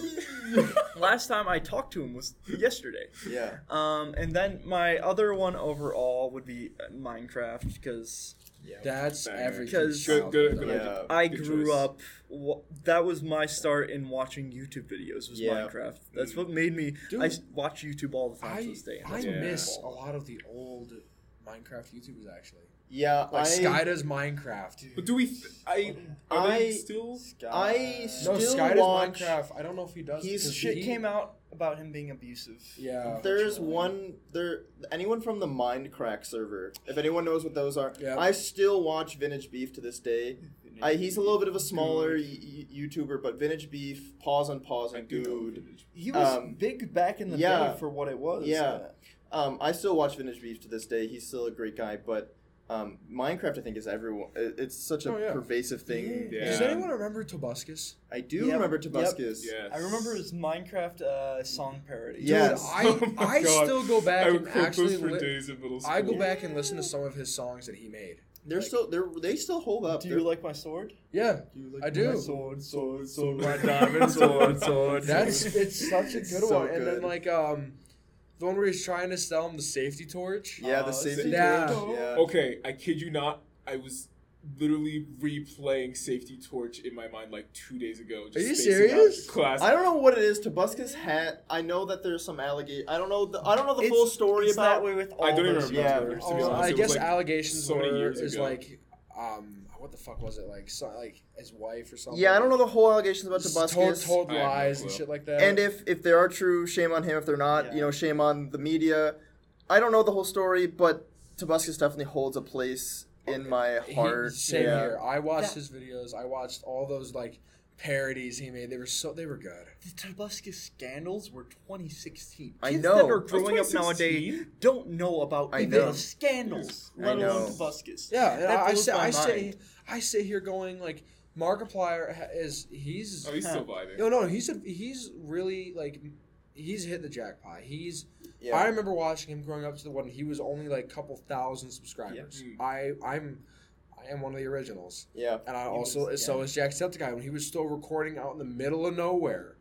S4: 2. Last time I talked to him was yesterday.
S3: yeah.
S4: Um, and then my other one overall would be uh, Minecraft because
S1: That's
S2: Banger.
S1: everything.
S4: Because-
S2: Good, good, good
S1: childhood.
S2: idea.
S3: Yeah.
S4: I
S2: Good
S4: grew
S2: choice.
S4: up. wa- That was my start in watching YouTube videos. Was
S3: Yeah.
S4: Minecraft. That's what made me.
S1: Mm. Dude,
S4: I s- watch YouTube all the time to
S1: I,
S4: this day. and
S1: I
S4: that's
S2: Yeah.
S4: what-
S1: miss a lot of the old Minecraft YouTubers actually.
S3: Yeah.
S1: Like
S3: I,
S1: Skyda's Minecraft. Dude.
S2: But do we? Th- I are they
S3: I-
S2: still.
S3: I
S1: No,
S3: Still
S1: Skyda's
S3: watch-
S1: Minecraft. I don't know if he does.
S3: He's-
S1: because
S4: Shit
S1: he-
S4: came out about him being abusive.
S1: Yeah.
S3: There's one there anyone from the Mindcrack server. If anyone knows what those are,
S1: Yeah.
S3: I still watch Vintage Beef to this day. I, he's a little bit of a smaller y- y- YouTuber, but Vintage Beef, pause and pause
S2: I
S3: and
S2: do know
S3: dude.
S2: Vintage.
S4: He
S3: was Um,
S4: big back in
S3: the yeah. day
S4: for what it was.
S3: Yeah. uh, Um, I still watch Vintage Beef to this day. He's still a great guy, but um, Minecraft I think is everyone. it- It's such a
S1: Oh, yeah.
S3: pervasive thing.
S2: Yeah.
S1: Does anyone remember Tobuscus?
S3: I do
S4: Yep.
S3: remember
S4: Yep.
S3: Tobuscus.
S2: Yes.
S4: I remember his Minecraft uh, song parody.
S3: Yeah. Yes.
S1: Dude, I,
S2: Oh my
S1: I
S2: God.
S1: still go back
S2: I
S1: and
S2: would quote
S1: actually
S2: those for
S1: li-
S2: days in middle school.
S1: I go back and listen to some of his songs that he made.
S3: They're
S1: Like-
S3: still they're they still hold up.
S4: Do
S3: They're-
S4: you like my sword?
S1: Yeah, I do.
S4: Sword, sword, sword,
S2: my diamond sword, sword.
S1: That's it's such a good
S3: It's so
S1: one. And then
S3: good.
S1: like um, the one where he's trying to sell him the safety torch.
S3: yeah,
S4: Oh,
S3: the safety.
S1: yeah.
S3: torch, yeah.
S2: Okay, I kid you not. I was literally replaying Safety Torch in my mind like two days ago. Just
S1: Are you
S2: spacing
S1: serious?
S2: Out class.
S3: I don't know what it is. Tobuscus hat. I know that there's some allegation. I don't know. The, I don't know the
S4: It's-
S3: full story
S4: it's
S3: about.
S4: that way with all
S2: I don't even
S4: those
S2: remember.
S3: yeah.
S2: the words, to be
S1: Oh,
S2: honest.
S1: I
S2: It was,
S1: guess
S2: like,
S1: allegations
S2: so many
S1: were
S2: years
S1: is
S2: ago.
S1: like um, what the fuck was it like? So, like his wife or something.
S3: yeah, I don't know the whole allegations about Tobuscus.
S1: Told, told
S2: I have no
S1: lies and
S2: clue.
S1: shit like that.
S3: and if if there are true, shame on him. If they're not,
S4: Yeah.
S3: you know, shame on the media. I don't know the whole story, but Tobuscus definitely holds a place in my
S1: He-
S3: heart.
S1: same
S3: yeah.
S1: here. I watched
S4: That-
S1: his videos. I watched all those like parodies he made. They were so they were good.
S4: The Tobuscus scandals were 2016.
S3: I
S4: Kids
S3: know.
S4: that are
S3: That's
S4: growing up
S2: 2016?
S4: nowadays don't know about
S3: I
S4: even
S3: know.
S4: the scandals,
S3: I
S4: let
S3: know.
S4: alone Tobuscus.
S1: Yeah, and
S4: That
S1: I, I
S4: blows
S1: sit
S4: my
S1: I sit
S4: mind.
S1: I sit here going like Markiplier ha- is he's
S2: Oh, he's still vibing.
S1: no no he's a, he's really like he's hit the jackpot. He's
S3: Yeah.
S1: I remember watching him growing up to the one he was only like couple thousand subscribers.
S2: Yeah. Mm.
S1: I I'm I am one of the originals,
S3: yeah.
S1: and I
S4: He
S1: also
S4: was-
S1: so
S4: yeah.
S1: is Jacksepticeye when he was still recording out in the middle of nowhere,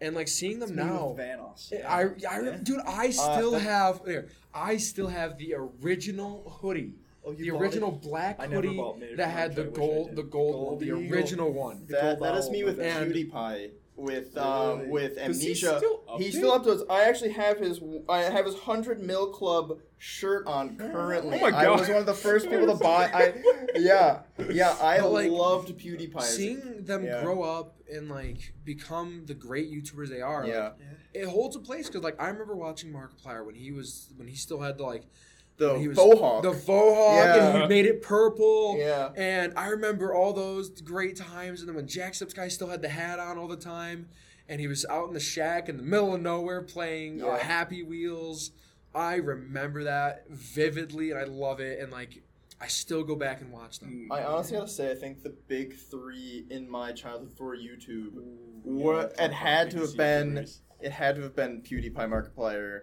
S1: and like seeing them
S4: It's me
S1: now.
S4: with Vanos.
S1: I, I, remember- dude,
S4: Uh,
S1: I still
S3: that-
S1: have here, I still have the original hoodie,
S4: Oh, you
S1: the
S4: bought
S1: original
S4: it?
S1: black
S4: I never
S1: hoodie
S4: bought it.
S1: that had the
S4: I wish I
S1: gold,
S4: did.
S1: the gold, one, the
S4: Gold eagle.
S1: original one.
S4: The
S3: That,
S4: gold
S3: that is me
S4: owl
S3: with
S4: and-
S3: PewDiePie. with um,
S4: Really?
S3: with
S2: 'Cause
S3: amnesia.
S2: he's still up
S3: He's
S2: there?
S3: still up to us. I actually have his I have his hundred mil club shirt on currently.
S4: Oh my
S3: I
S4: God.
S3: was one of the first people to buy. I yeah yeah. I
S1: But, like,
S3: loved PewDiePie. as a
S1: Seeing them
S3: Yeah.
S1: grow up and like become the great YouTubers they are, like,
S3: Yeah,
S1: it holds a place because like I remember watching Markiplier when he was when he still had the like
S3: the
S1: he was-
S3: Bohawk.
S1: the Vohawk and
S2: Yeah.
S1: he made it purple.
S3: yeah,
S1: And I remember all those great times. And then when Jacksepticeye still had the hat on all the time, and he was out in the shack in the middle of nowhere playing uh,
S3: Yeah.
S1: Happy Wheels. I remember that vividly, and I love it. And like, I still go back and watch them.
S2: Hmm.
S3: I uh, honestly gotta say, I think the big three in my childhood for YouTube,
S6: Yeah,
S3: were
S6: talk
S3: it
S6: about
S3: had to
S6: biggest
S3: have been
S6: YouTubers.
S3: it had to have been PewDiePie, Markiplier,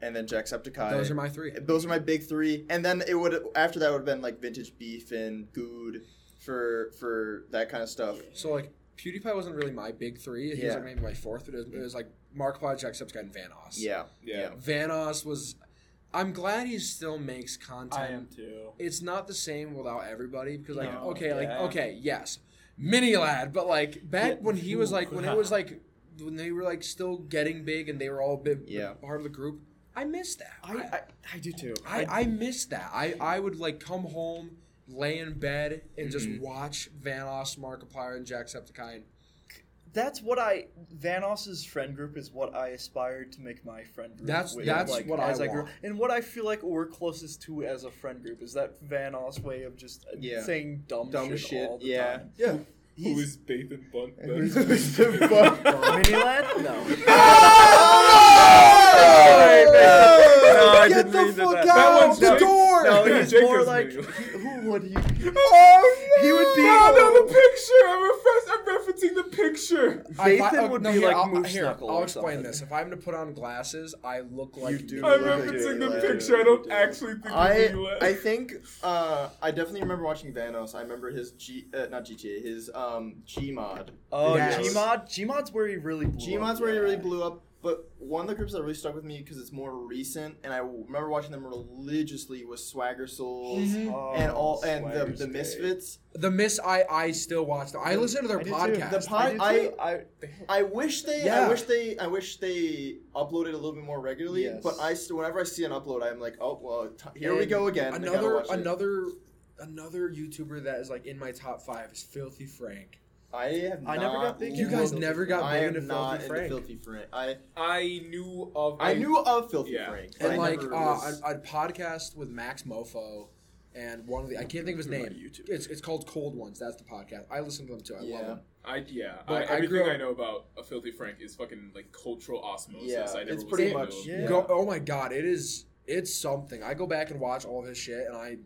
S3: and then Jacksepticeye.
S1: Those are my three.
S3: those are my big three. And then it would after that would have been like vintage beef and good for for that kind of stuff.
S1: So like, PewDiePie wasn't really my big three. He
S3: Yeah.
S1: was like maybe my fourth, but it was, it was like Markiplier, Jacksepticeye, and Vanoss.
S3: Yeah.
S2: Yeah.
S1: Vanoss was. I'm glad he still makes content.
S6: I am too.
S1: it's not the same without everybody because like
S6: No,
S1: okay like
S6: yeah.
S1: okay yes mini lad but like back
S6: Yeah.
S1: when he was like when it was
S6: Ooh.
S1: like when they were like still getting big and they were all a bit
S3: Yeah.
S1: part of the group i miss that i
S6: I do too.
S1: i, I, miss that i i would like come home lay in bed and just
S3: Mhm.
S1: watch vanoss markiplier and jacksepticeye and
S4: That's what I Vanoss's friend group is what I aspired to make my friend group.
S1: That's-
S4: with,
S1: that's
S4: like,
S1: what I
S4: as grew,
S1: want.
S4: and what I feel like we're closest to as a friend group is that Vanoss way of just uh,
S3: Yeah.
S4: saying dumb,
S3: Dumb
S4: shit,
S3: shit,
S4: all the
S3: yeah.
S4: time.
S3: Yeah.
S2: Who is Bathan Bunt?
S3: Who's Bathan Bunt?
S4: Mini lad? No.
S3: No!
S4: Get the fuck
S2: out the
S3: door!
S4: No,
S2: Yeah,
S4: he's
S2: Jake
S4: more
S2: was
S4: like
S2: mini lad.
S4: he- who would he?
S3: Oh,
S4: He would be.
S2: Oh, no, the picture! I'm, referen- I'm referencing the picture!
S1: I-
S4: Nathan
S1: I-
S4: would
S1: no,
S4: be
S1: here,
S4: like
S1: I'll,
S4: Moose
S1: here,
S4: Knuckle
S1: I'll
S4: or
S1: explain
S4: something.
S1: this if i'm to put on glasses i look like
S3: do.
S2: I'm
S3: look like
S2: referencing
S3: Mini
S2: the
S3: Lad.
S2: picture. I don't actually think
S3: I
S2: it's Mini Lad.
S3: I think uh I definitely remember watching Vanos. I remember his G uh, not GTA, his um Gmod.
S4: Oh,
S1: Yes.
S4: Gmod. Gmod's where he really. Blew
S3: Gmod's
S4: up,
S3: where he
S4: yeah.
S3: really blew up, but one of the groups that really stuck with me because it's more recent, and I remember watching them religiously was Swagger Souls
S1: Mhm.
S4: Oh,
S3: and all and the,
S4: Swagger's
S3: the
S4: gay.
S3: Misfits.
S1: the miss i i still watch them i listen to their
S4: I do too.
S1: podcast
S3: The
S4: I,
S3: pod,
S4: did
S3: I,
S4: too. I
S3: I wish they I
S1: Yeah.
S3: wish they I wish they uploaded a little bit more regularly.
S4: Yes.
S3: But I still whenever I see an upload, I'm like, oh well, t- here we
S1: And
S3: go again. I gotta
S1: another
S3: watch it.
S1: another another YouTuber that is like in my top five is Filthy Frank.
S3: I have
S4: I
S3: not
S4: never got big.
S1: You guys
S4: Filthy
S1: never got
S4: Frank.
S3: I
S1: big
S3: am
S1: into
S3: not
S1: Filthy
S3: into
S1: Frank.
S3: Filthy Frank. I
S2: I knew of.
S3: I knew of Filthy
S2: Yeah.
S3: Frank. but
S1: and
S3: I
S1: like
S3: never
S1: uh,
S3: was-
S1: a, a podcast with Max Mofo and one of the I can't think of his
S2: Talking
S1: name.
S2: about YouTube.
S1: It's it's called Cold Ones. That's the podcast. I listen to them too. I love
S3: Yeah.
S1: them.
S2: I yeah. I,
S1: But I
S2: everything
S1: grew-
S2: I know about a filthy Frank is fucking like cultural osmosis.
S3: Yeah,
S2: I never
S3: it's
S2: was
S3: pretty
S2: able
S3: much-
S2: to-
S4: yeah.
S1: Go, oh my god, it is it's something. I go back and watch all of his shit, and I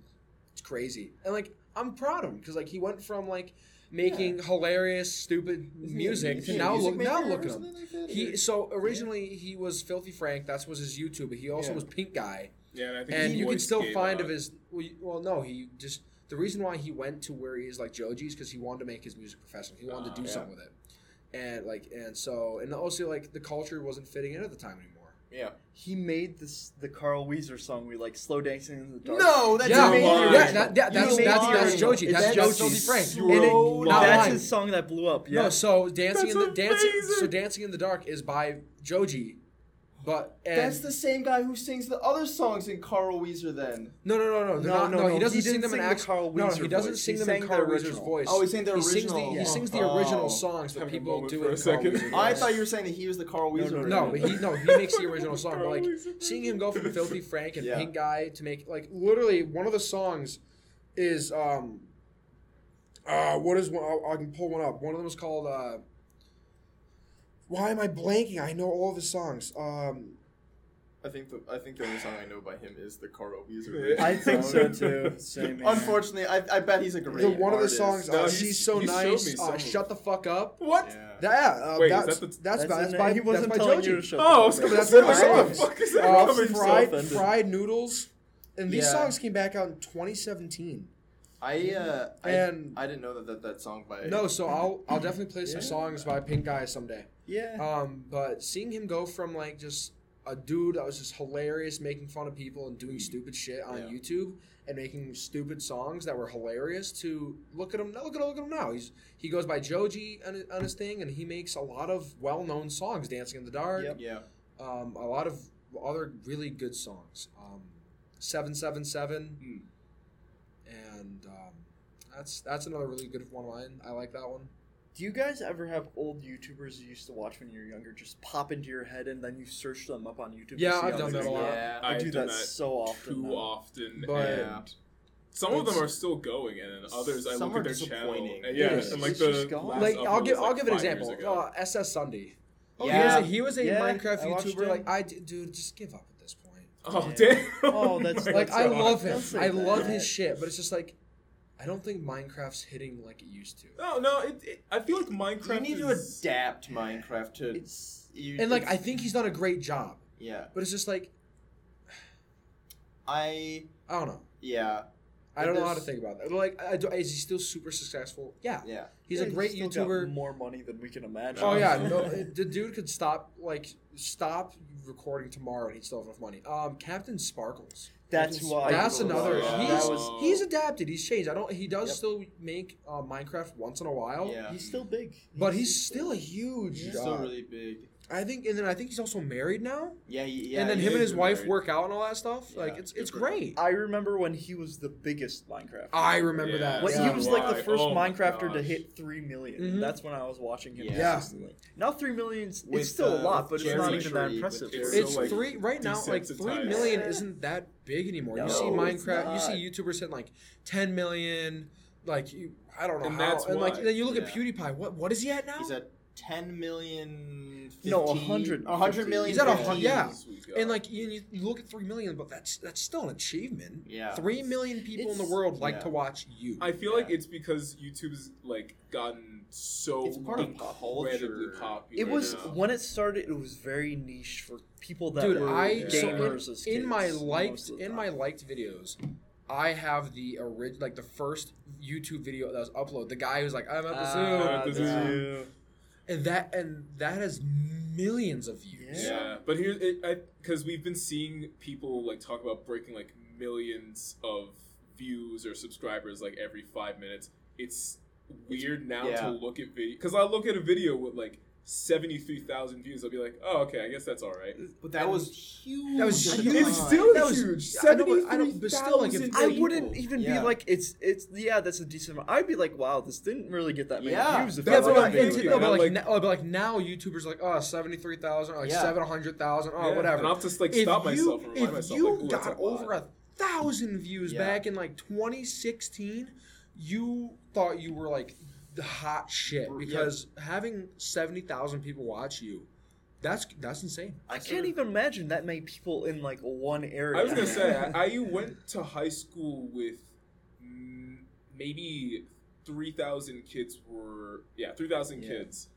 S1: it's crazy. And like I'm proud of him because like he went from like making hilarious stupid
S3: Isn't he a
S1: music to
S3: music-
S1: now
S3: music
S1: look now
S3: maker or
S1: look at him.
S3: something like that?
S1: He so originally he was Filthy Frank. That's was his YouTube. But he also
S3: Yeah.
S1: was Pink Guy,
S2: Yeah, and I think
S1: and
S2: his
S1: you can
S2: voice
S1: still
S2: gave
S1: find
S2: out.
S1: of his. Well, you- well, no, he just the reason why he went to where he is like Joji's because he wanted to make his music professional. He wanted
S2: Ah,
S1: to do
S3: yeah.
S1: something with it, and like and so and also like the culture wasn't fitting in at the time anymore.
S3: yeah.
S4: he made this the Carl Weezer song we like slow dancing in the dark.
S3: No, that's
S1: yeah,
S3: amazing.
S2: lying.
S1: yeah, that, that,
S4: You
S1: that's,
S4: made
S1: that's,
S4: the
S1: that's
S4: original.
S1: Joji. That's,
S3: That's
S1: Joji
S3: Joji.
S1: Frank.
S2: You
S1: And it-
S2: were
S1: not
S4: that's
S1: lying.
S4: his song that blew up. Yeah.
S1: No, so dancing
S2: That's
S1: in the dancing so
S2: amazing.
S1: dancing in the dark is by Joji, but and
S3: That's the same guy who sings the other songs in Carl Weezer. Then
S1: No, no, no, no, they're
S4: No,
S1: not-
S4: no,
S1: no,
S4: no,
S1: He doesn't
S4: he
S1: sing
S4: didn't
S1: them in
S4: sing the
S1: act-
S4: Carl
S1: No,
S4: Weezer
S1: he doesn't
S4: voice.
S1: sing
S4: He
S1: them in
S4: sang
S1: Carl
S4: the
S1: Weezer's
S4: original.
S1: voice.
S3: Oh, he sang the
S1: sings the,
S3: original.
S1: he sings the
S3: Oh.
S1: original songs, but
S2: Having a
S1: people
S2: moment
S1: do
S2: for
S1: it
S2: a
S1: in Carl
S2: second.
S1: Weezer.
S3: I
S1: voice.
S3: thought you were saying that he was the Carl Weezer.
S4: no,
S1: No,
S3: original.
S1: but he no, he makes the original song. But like
S2: Carl Weezer.
S1: seeing him go from filthy Frank and Pink Guy to make like literally one of the songs is um uh what is one I, I can pull one up. One of them is called uh Why am I blanking? I know all of his songs. Um
S3: I think the I think the only song I know by him is the Carl Weezer.
S2: Yeah.
S3: original
S4: I think so
S3: song.
S4: too. Same. here.
S3: Unfortunately, I, I bet he's a great.
S1: the, one of the
S3: artist.
S1: songs
S2: No,
S1: uh,
S2: he's-
S1: she's so
S2: he showed me
S1: nice.
S2: some
S1: Uh,
S2: of
S1: shut the fuck up.
S2: What?
S3: Yeah.
S1: That, uh,
S2: Wait, is
S1: that's,
S2: that the-
S1: that's,
S4: That's,
S1: by,
S4: in
S1: that's
S4: it.
S1: by
S4: he wasn't
S1: that's by
S4: telling
S1: Joji.
S4: you to shut
S2: Oh, I
S4: up.
S2: was gonna
S1: That's
S2: say,
S1: what
S2: like,
S1: I'm
S2: what the
S1: saying.
S2: fuck is that
S1: Uh,
S2: coming from?
S1: fried,
S4: offended.
S1: fried noodles, and these
S3: Yeah.
S1: songs came back out in 2017.
S3: I uh,
S1: And-
S3: I, I didn't know that that, that song by
S1: No, so I'll I'll definitely play some
S4: Yeah.
S1: songs by Pink Guy someday.
S4: Yeah.
S1: Um, but seeing him go from like just a a dude that was just hilarious, making fun of people and doing stupid shit on
S2: Yeah.
S1: YouTube and making stupid songs that were hilarious. To look at him, look at look at him now. He's he goes by Joji on, his- on his thing, and he makes a lot of well-known songs, "Dancing in the Dark,"
S5: Yep.
S3: Yeah.
S1: um, a lot of other really good songs, um, "777," and um, that's that's another really good one. of mine. I like that one.
S4: Do you guys ever have old YouTubers you used to watch when you were younger just pop into your head and then you search them up on YouTube? to
S1: Yeah,
S4: see
S1: I've
S4: how
S1: done
S4: they're
S1: that a lot.
S4: doing?
S3: Yeah.
S4: I
S2: I've
S4: do
S2: done
S4: that, so often.
S2: too
S4: now.
S2: often,
S1: But-
S2: and some of them
S1: It's-
S2: are still going, and then others I
S3: Some
S2: look
S3: are
S2: at their channel,
S3: disappointing.
S2: and yeah,
S4: Yes,
S2: and like
S4: it's
S2: the
S4: just gone.
S2: last
S1: like I'll
S2: upload
S1: give
S2: was, like,
S1: I'll give an
S2: five years
S1: example.
S2: ago.
S1: Uh, SS Sunday. Oh,
S3: Yeah.
S1: He was a, he was a
S4: Yeah,
S1: Minecraft
S4: I watched
S1: YouTuber.
S4: him.
S1: Like I d- dude, just give up at this point.
S2: Oh
S4: Yeah.
S2: damn!
S4: Oh, that's-
S2: my
S4: Like,
S1: Like I
S2: God.
S1: love
S4: Don't
S1: him.
S4: say
S1: I love
S4: that.
S1: his shit, but it's just like I don't think Minecraft's hitting like it used to.
S2: No, no, it, it, I feel like Minecraft.
S3: You need to
S2: is,
S3: adapt Minecraft to.
S4: It's
S3: you-
S1: And like I
S3: it's-
S1: think he's done a great job,
S3: Yeah.
S1: but it's just like
S3: I.
S1: I don't know.
S3: Yeah.
S1: I
S3: It
S1: don't know how
S3: is-
S1: to think about that. Like, I do, is he still super successful? Yeah,
S3: Yeah.
S1: he's
S4: yeah,
S1: a great
S4: still got
S1: YouTuber.
S4: more money than we can imagine.
S1: Oh yeah,
S2: Yeah.
S1: no, the dude could stop like stop recording tomorrow and he'd still have enough money. Um, Captain Sparkles.
S4: that's who I.
S1: That's
S3: Oh,
S1: another.
S3: yeah.
S1: He's
S4: That
S2: was-
S1: he's adapted. He's changed. I don't. He does
S4: Yep.
S1: still make uh, Minecraft once in a while.
S3: Yeah.
S4: He's still big,
S1: But he's still a huge.
S3: He's
S1: uh,
S3: still really big.
S1: I think, and then I think he's also married now.
S3: Yeah. he- yeah
S1: and then
S3: he
S1: him and
S3: is
S1: his wife
S3: married.
S1: work out and all that stuff. like
S3: Yeah,
S1: it's
S2: good
S1: it's
S2: for them.
S1: great.
S4: I remember when he was the biggest Minecraft.
S1: I remember that.
S4: When
S1: Ah, yeah.
S4: he was like the
S2: Why?
S4: first
S2: Oh my
S4: Minecrafter to
S2: gosh.
S4: hit three million.
S1: Mhm.
S4: That's when I was watching him
S3: Yeah.
S4: consistently. Now three million's
S3: With,
S4: it's still a
S3: uh,
S4: lot, but it's not
S2: Jerry
S4: even that
S3: Tree, with
S4: impressive.
S2: Jerry-
S1: it's
S2: so, like,
S1: three right now. Like three
S2: desensitized.
S1: million isn't that big anymore. you see
S4: No, it's
S1: Minecraft. You
S4: not.
S1: see YouTubers hitting like ten million. Like you, I don't know
S2: And
S1: how.
S2: that's
S1: and like
S2: why,
S1: then you look at
S3: yeah.
S1: PewDiePie. What what is he at now?
S3: He's at 10 million.
S4: No,
S3: 15
S4: 100.
S3: 100 million.
S1: He's at a hun-
S3: 15.
S1: yeah.
S2: Sweet God.
S1: And like you, you you look at three million, but that's that's still an achievement.
S3: Yeah.
S1: Three million people in the
S4: It's-
S1: world like
S3: yeah.
S1: to watch you.
S2: I feel like
S3: Yeah.
S2: it's because YouTube's like gotten so
S3: It's part of
S2: incredibly
S3: culture.
S2: popular.
S4: It was
S2: now.
S4: when it started. It was very niche for people that
S1: Dude,
S4: were
S1: I
S2: so
S4: gamers as
S1: in
S4: kids
S1: my
S4: most
S1: liked
S4: of the
S1: in
S4: time.
S1: my liked videos, I have the orig like the first YouTube video that was uploaded. The guy who's like, "I'm at the zoo,"
S4: Ah,
S2: the
S1: um,
S4: the
S2: zoo.
S4: zoo.
S1: and that and that has millions of views.
S2: Yeah, but here, it- I because we've been seeing people like talk about breaking like millions of views or subscribers like every five minutes. It's weird now
S3: yeah.
S2: to look at video because I look at a video with like seventy three thousand views. I'll be like, oh okay, I guess that's all right.
S3: But that was huge.
S1: That was
S3: at the
S1: huge.
S3: time.
S2: It's still
S1: That was-
S2: huge.
S1: I know, but I don't- but still, like, if-
S2: 73,000
S4: I
S2: people.
S4: wouldn't even
S3: Yeah.
S4: be like it's it's yeah that's a decent amount. I'd be like wow this didn't really get that many
S3: Yeah.
S4: views. If
S1: But
S2: That's
S4: I
S1: like,
S2: what I'm
S4: looked at
S1: it's-
S4: it.
S2: thinking.
S1: no, but
S2: I'm
S1: like,
S2: like-
S1: now, but like now, YouTubers are like oh 73,000 or like
S3: Yeah.
S1: seven hundred thousand or
S2: Yeah,
S1: Oh, whatever.
S2: And I'll just like stop myself and remind
S1: if
S2: myself.
S1: you
S2: like, "Ooh, that's
S1: got
S2: a lot."
S1: over a thousand views
S3: Yeah.
S1: back in like 2016, you thought you were like the hot shit
S3: Br- yeah.
S1: because having 70,000 people watch you, that's that's insane.
S4: I can't even imagine that many people in like one area.
S2: I was gonna say, I, I went to high school with mm, maybe three thousand kids were yeah three thousand
S3: Yeah.
S2: kids.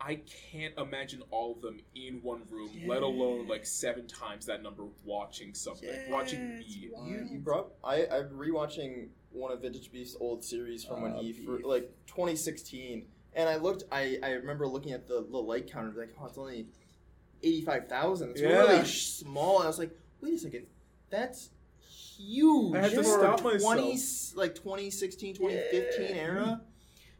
S2: I can't imagine all of them in one room, let alone like seven times that number watching something,
S4: Yeah,
S2: watching
S4: it's
S2: me.
S4: wild.
S3: You, you brought. I I'm rewatching one of Vintage Beef's old series from when
S4: Uh,
S3: he
S4: Beef.
S3: fir- like 2016, and I looked. I I remember looking at the the like counter, like, oh, it's only 85,000. It's
S2: Yeah.
S3: really sh- small. And I was like, wait a second, that's huge.
S2: I had
S4: to
S3: for
S2: stop myself.
S3: 20, like 2016, 2015
S4: Yeah.
S3: era.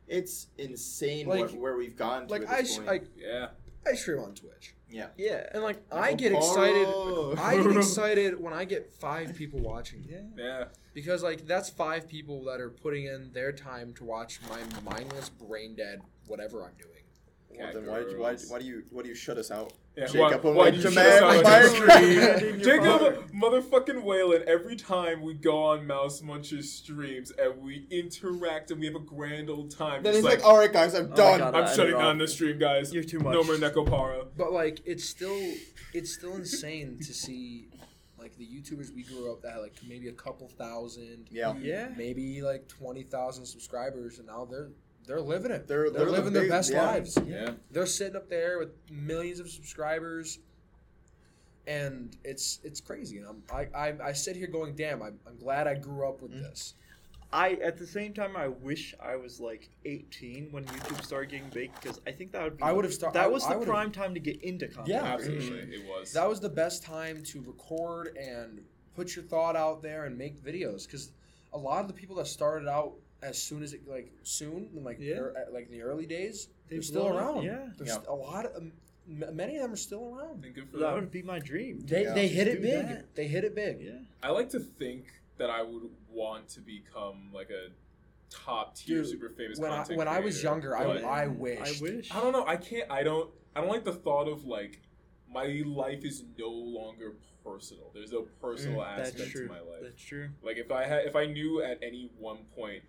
S3: It's insane
S1: Like-
S3: where, where we've gone. To
S1: Like
S3: at
S1: I
S3: this
S1: sh-
S3: point.
S1: like
S2: Yeah,
S1: I stream on Twitch.
S3: Yeah.
S4: yeah.
S1: And like I get excited
S3: Oh.
S1: I get excited when I get 5 people watching
S4: Yeah.
S2: yeah.
S1: because like that's 5 people that are putting in their time to watch my mindless brain dead whatever I'm doing.
S3: Well, then why, why, why do you why do you shut us out?
S2: Yeah,
S3: Jacob,
S2: why-
S3: I'm
S2: why
S3: like,
S2: you shut
S3: "Demand
S2: us out,
S3: Minecraft."
S4: Jacob?
S2: Jacob motherfucking Whalen, every time we go on Mouse Muncher streams and we interact and we have a grand old time,
S3: Then
S2: just
S3: he's like, "Oh, all right, guys, I'm
S4: Oh my
S3: done.
S4: God,
S2: I'm
S4: I
S2: shutting
S4: interrupt.
S2: down this stream, guys.
S4: You're too much.
S2: No more Necopara.
S1: But like, it's still it's still insane to see like the YouTubers we grew up that had like maybe a couple thousand,
S3: yeah,
S4: Yeah.
S1: maybe like twenty thousand subscribers, and now they're they're living it.
S3: They're-
S1: They're,
S3: they're the
S1: living their
S3: big-
S1: best
S3: yeah.
S1: lives.
S2: Yeah.
S1: They're sitting up there with millions of subscribers. And Mm. it's it's crazy, and I'm I, I, I sit here going, damn, I'm, I'm glad I grew up with this.
S4: I at the same time I wish I was like 18 when YouTube started getting big because I think that would be
S1: I would've start-
S4: that
S1: I-
S4: was
S1: I
S4: the
S1: would've-
S4: prime time to get into comedy.
S1: Yeah,
S2: Absolutely, it was.
S1: That was the best time to record and put your thought out there and make videos because a lot of the people that started out as soon as it like soon like
S4: Yeah.
S1: er, uh, like in the early days they're,
S4: They've
S1: still
S4: blown up,
S1: around.
S4: yeah.
S1: there's
S3: Yeah.
S1: st- a lot of um, m- many of them are still around.
S2: And good for
S4: that
S2: them.
S4: would be my dream.
S1: They
S3: Yeah.
S1: they hit
S4: Just
S1: it
S4: do
S1: big.
S4: that.
S1: They hit it big.
S4: Yeah.
S2: I like to think that I would want to become like a top tier,
S1: Dude,
S2: super famous.
S1: When I
S2: content
S1: when I was
S2: creator,
S1: younger, I
S2: but
S1: I
S4: I
S1: wished.
S4: wish.
S2: I don't know. I can't. I don't. I don't like the thought of like my life is no longer personal. There's no personal
S1: Mm,
S4: That's
S2: aspect to
S4: true.
S2: my life.
S4: That's true.
S2: Like if I had, if I knew at any one point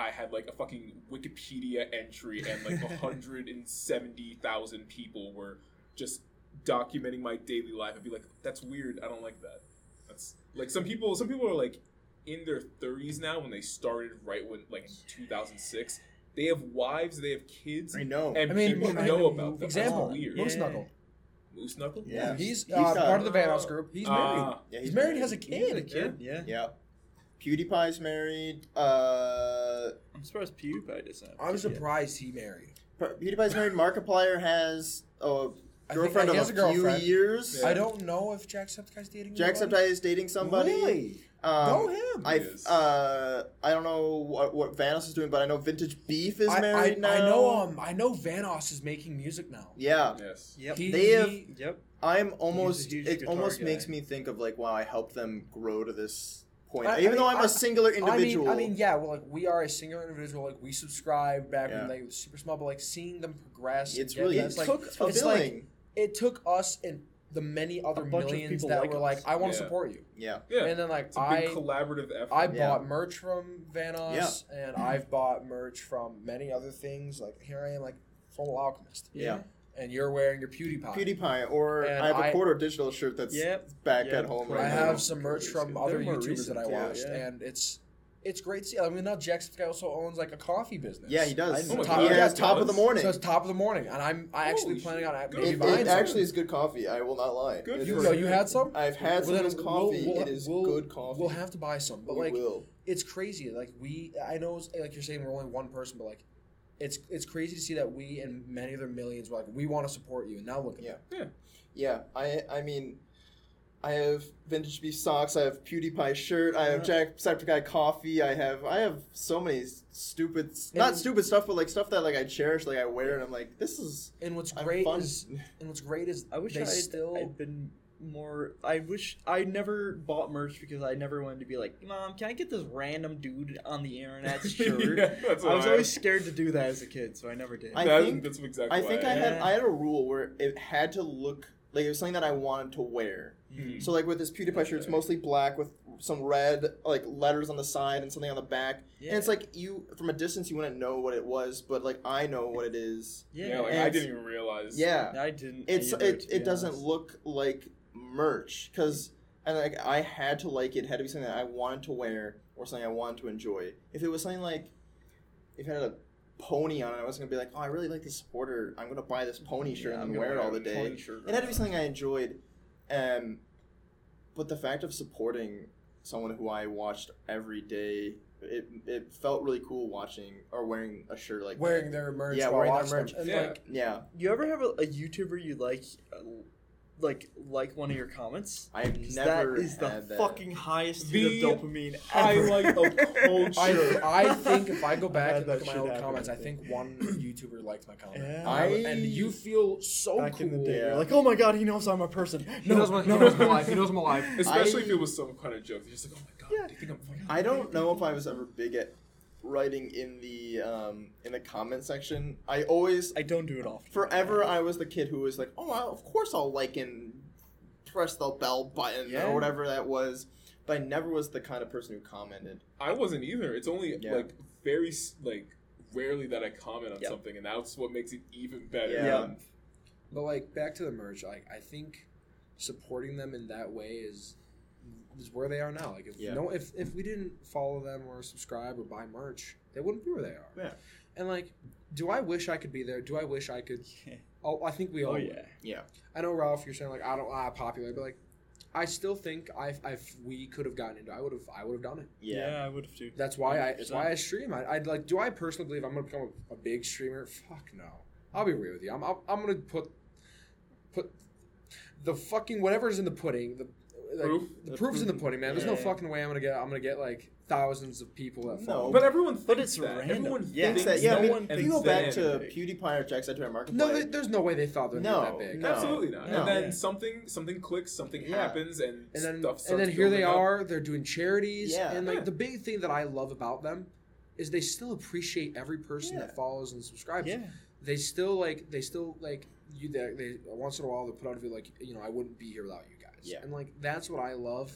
S2: I had like a fucking Wikipedia entry and like a hundred and seventy thousand people were just documenting my daily life, I'd be like, that's weird. I don't like that. That's like some people. Some people are like in their thirties now when they started right when like in two thousand six. They have wives. They have kids.
S3: I know.
S2: And
S1: I mean,
S2: people
S1: I
S2: know
S1: mean,
S2: about them.
S1: Example,
S2: That's weird.
S1: Moose
S4: Yeah.
S1: Knuckle.
S2: Moose Knuckle.
S3: Yeah.
S1: He's,
S3: He's
S1: uh,
S3: got-
S1: part of the Van House group. He's married.
S2: Ah,
S3: Yeah,
S1: he's married. Has a kid.
S4: He had a kid. Yeah.
S3: Yeah. PewDiePie's married. Uh,
S4: I'm surprised PewDiePie doesn't. Have a
S1: I'm
S4: kid yet.
S1: surprised he married.
S3: PewDiePie's married. Markiplier has a
S1: I think-
S3: girlfriend
S1: he has
S3: of
S1: a
S3: a, few
S1: girlfriend.
S3: years.
S2: Yeah.
S1: I don't know if Jacksepticeye's dating. anyone.
S3: Jacksepticeye is dating somebody.
S1: Really?
S3: Um,
S1: Go him.
S3: I
S2: Yes.
S3: uh I don't know what what Vanos is doing, but I know Vintage Beef is
S1: I,
S3: married
S1: I,
S3: now.
S1: I know um I know Vanoss is making music now.
S3: Yeah,
S2: Yes.
S4: Yep.
S1: He-
S3: They have-
S1: he-
S4: yep.
S3: I'm almost.
S4: huge
S3: It
S4: guitar
S3: almost
S4: guy.
S3: makes me think of like, wow, I helped them grow to this point,
S1: I- I
S3: even though
S1: mean,
S3: I'm am
S1: I-
S3: a singular individual.
S1: I mean, I mean, yeah. Well, like we are a singular individual. Like we subscribe back
S3: Yeah.
S1: when they were super small, but like seeing them progress,
S3: it's
S1: and get
S3: really
S1: that,
S3: it
S1: like
S3: took a
S1: it's like-
S3: feeling.
S1: it took us and the many other
S4: bunch of
S1: millions
S4: people
S1: that
S4: like
S1: were
S4: us.
S1: like, I want
S2: Yeah.
S1: to support you,
S3: yeah,
S2: Yeah.
S1: and then like
S2: it's a big
S1: I
S2: collaborative effort.
S1: I
S3: Yeah.
S1: bought merch from Vanoss, and I've bought merch from many other things. Like here I am, like Full Alchemist,
S3: Yeah.
S1: and you're wearing your PewDiePie.
S3: PewDiePie, or
S1: And
S3: I have a
S1: I-
S3: quarter digital shirt that's
S4: Yep.
S3: back
S4: Yep.
S3: at home right
S1: I
S3: now.
S1: have some merch from
S4: They're
S1: other
S4: more
S1: YouTubers
S4: recent,
S1: that I
S3: yeah.
S1: watched,
S4: Yeah.
S1: and it's it's great to see. I mean, now Jacksepticeye also owns like a coffee business.
S3: yeah, he does.
S1: I-
S2: Oh my
S3: he
S2: God.
S3: has
S2: Yeah,
S3: top
S2: he
S3: of the
S2: does.
S3: morning.
S1: So it's top of the morning, and I'm I actually
S2: Holy
S1: planning
S2: shit.
S1: on I-
S2: Good.
S1: maybe
S3: it,
S1: buying
S3: it
S1: some.
S3: actually is good coffee. I will not lie.
S2: Good
S3: It
S2: for
S3: is-
S1: So you had some?
S3: I've had some
S1: Well,
S3: of his
S1: then
S3: coffee.
S1: we'll-
S3: it is
S1: we'll-
S3: good coffee.
S1: We'll have to buy some, but
S3: We
S1: like
S3: will.
S1: it's crazy. Like we, I know, it's, like you're saying, we're only one person, but like it's it's crazy to see that we and many other millions were like, we want to support you, and now look at
S3: Yeah.
S1: that.
S3: Yeah, I I mean, I have vintage beef socks. I have PewDiePie shirt. I
S1: Uh-huh.
S3: have Jack Jacksepticeye coffee. I have I have so many s- stupid, s- not
S1: And-
S3: stupid stuff, but like stuff that like I cherish. Like I wear and I'm like, this is
S1: And what's
S3: I'm
S1: great
S3: fun.
S1: is, and what's great is,
S4: I wish
S1: they
S4: I
S1: still.
S4: still I'd been more. I wish I never bought merch because I never wanted to be like, Mom, can I get this random dude on the internet's shirt?
S2: Yeah, that's
S4: I was
S2: what
S4: always scared to do that as a kid, so I never did.
S3: I
S2: That-
S3: think-
S2: that's exactly.
S3: I think
S2: why
S3: I had
S4: Yeah.
S3: I had a rule where it had to look like it was something that I wanted to wear.
S1: Hmm.
S2: Mhm.
S3: So like with this PewDiePie shirt, it's
S2: Okay.
S3: mostly black with some red like letters on the side and something on the back.
S4: yeah.
S3: And it's like you from a distance you wouldn't know what it was, but like I know what it is.
S2: Yeah,
S4: yeah,
S2: like I
S3: it's-
S2: didn't even realize.
S3: Yeah.
S4: I didn't.
S3: it's
S4: either,
S3: it,
S4: to be
S3: it doesn't
S4: honest.
S3: look like merch because and like I had to like it had to be something that I wanted to wear or something I wanted to enjoy. If it was something like if it had a pony on it, I wasn't gonna be like, oh, I really like this supporter. I'm gonna buy this pony shirt
S4: Yeah,
S3: and
S4: I'm
S3: wear it
S4: gonna
S3: all the
S4: wear
S3: day.
S4: a pony shirt
S3: It had to be
S4: around.
S3: something I enjoyed. Um, but the fact of supporting someone who I watched every day, it it felt really cool watching or wearing a shirt like that.
S1: Wearing their merch,
S3: Yeah,
S1: while
S3: wearing their
S1: watching them.
S3: merch.
S1: And,
S2: Yeah.
S1: like,
S3: Yeah,
S4: You ever have a, a YouTuber you like, uh, like like one of your comments?
S3: I've
S4: 'Cause
S3: never
S4: that is the
S3: had that.
S4: fucking highest
S2: The
S4: hit of dopamine ever.
S2: highlight of culture.
S1: I, I think if I go back
S4: had
S1: and look
S4: that
S1: at my
S4: shit
S1: old
S4: happen,
S1: comments,
S4: I
S1: I think one YouTuber liked my comment.
S4: Yeah.
S1: And I'm-
S3: I-
S1: and you feel so
S4: Back
S1: cool.
S4: in the day,
S3: Yeah.
S4: you're like, oh my god, he knows I'm a person.
S1: He knows my- he knows my life. He knows my life.
S2: Especially
S3: I-
S2: if it was some kind of joke. You're just like, oh my god,
S4: Yeah.
S2: do you think I'm fucking?
S3: I don't know if I was ever big at writing in the um, in the comment section. I always
S4: I don't do it often.
S3: forever I was the kid who was like, "Oh, I, of course I'll like and press the bell button
S4: Yeah.
S3: or whatever that was." But I never was the kind of person who commented.
S2: I wasn't either. It's only
S3: Yeah.
S2: like very s- like rarely that I comment on
S4: Yep.
S2: something, and that's what makes it even better. Um,
S3: Yeah.
S2: And
S1: But like back to the merch, like I think supporting them in that way is is where they are now. Like if
S3: Yeah.
S1: no if if we didn't follow them or subscribe or buy merch, they wouldn't be where they are.
S3: Yeah.
S1: And like, do I wish I could be there? Do I wish I could?
S4: Yeah.
S1: Oh, I think we all.
S4: Oh
S1: would.
S4: yeah.
S1: I know Ralph, you're saying like I don't ah popular, but like I still think I if we could have gotten into I would have I would have done it.
S4: Yeah, I would have too.
S1: That's why I that's why I stream. I, I'd like. Do I personally believe I'm gonna become a, a big streamer? Fuck no. I'll be real with you. I'm I'm, I'm gonna put put the fucking whatever's in the pudding. The like,
S2: Proof? Mm-hmm.
S1: The,
S4: The
S1: proof's in the
S4: proof.
S1: pudding, man. There's
S4: Yeah,
S1: no
S4: yeah.
S1: fucking way I'm gonna get. I'm gonna get like thousands of people that
S3: No,
S1: follow.
S2: But everyone thinks
S4: But it's
S2: that.
S4: random.
S2: Everyone
S4: Yeah.
S2: thinks
S4: Thinks
S3: that, Oh, yeah,
S4: no
S3: I mean,
S4: one
S3: if
S2: thinks
S3: you go back
S2: that
S3: to
S2: anyway.
S3: PewDiePie or Jack Said Markiplier,
S1: no, there- there's no way they thought they're gonna get
S3: No,
S1: that big.
S3: no.
S2: Absolutely not.
S4: No.
S2: And then
S4: Yeah.
S2: something something clicks, something
S3: Yeah.
S2: happens, and,
S1: And then
S2: stuff starts
S1: and then here they
S2: building up.
S1: are. They're doing charities.
S3: Yeah.
S1: And like
S2: Yeah.
S1: the big thing that I love about them is they still appreciate every person
S3: Yeah.
S1: that follows and subscribes.
S4: Yeah,
S1: they still like they still like you they, they once in a while they put out a video like you know I wouldn't be here without you guys
S3: Yeah.
S1: and like that's what I love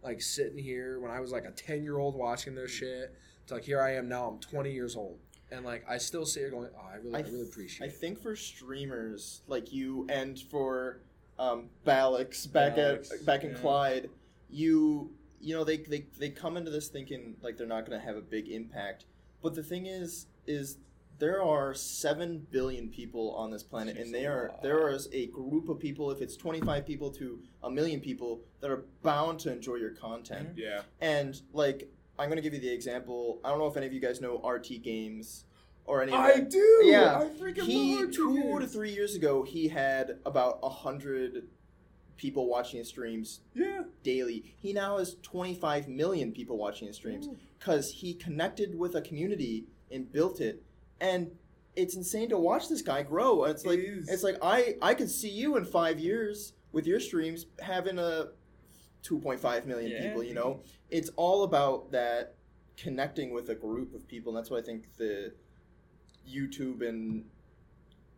S1: like sitting here when I was like a 10 year old watching their shit it's like here I am now I'm 20 years old and like I still sit here going oh I really I,
S3: I
S1: really
S3: th-
S1: appreciate
S3: I
S1: it
S3: think for streamers like you and for um, Balix back
S2: Balix,
S3: at back in
S4: yeah.
S3: Clyde, you you know they, they they come into this thinking like they're not going to have a big impact, but the thing is is there are seven billion people on this planet, and they are there is a group of people. If it's twenty five people to a million people, that are bound to enjoy your content.
S2: Yeah.
S3: And like, I'm gonna give you the example. I don't know if any of you guys know RT Games or any. Of
S2: I
S3: that.
S2: do.
S3: Yeah.
S2: I freaking
S3: He
S2: love
S3: two
S2: Arctic
S3: to
S2: Games.
S3: three years ago, he had about a hundred people watching his streams
S2: Yeah.
S3: daily. He now has 25 million people watching his streams because he connected with a community and built it. And it's insane to watch this guy grow. It's
S2: It
S3: like
S2: is.
S3: it's like I I could see you in five years with your streams having a 2.5 million
S4: Yeah.
S3: people. You know, it's all about that connecting with a group of people. And that's what I think the YouTube and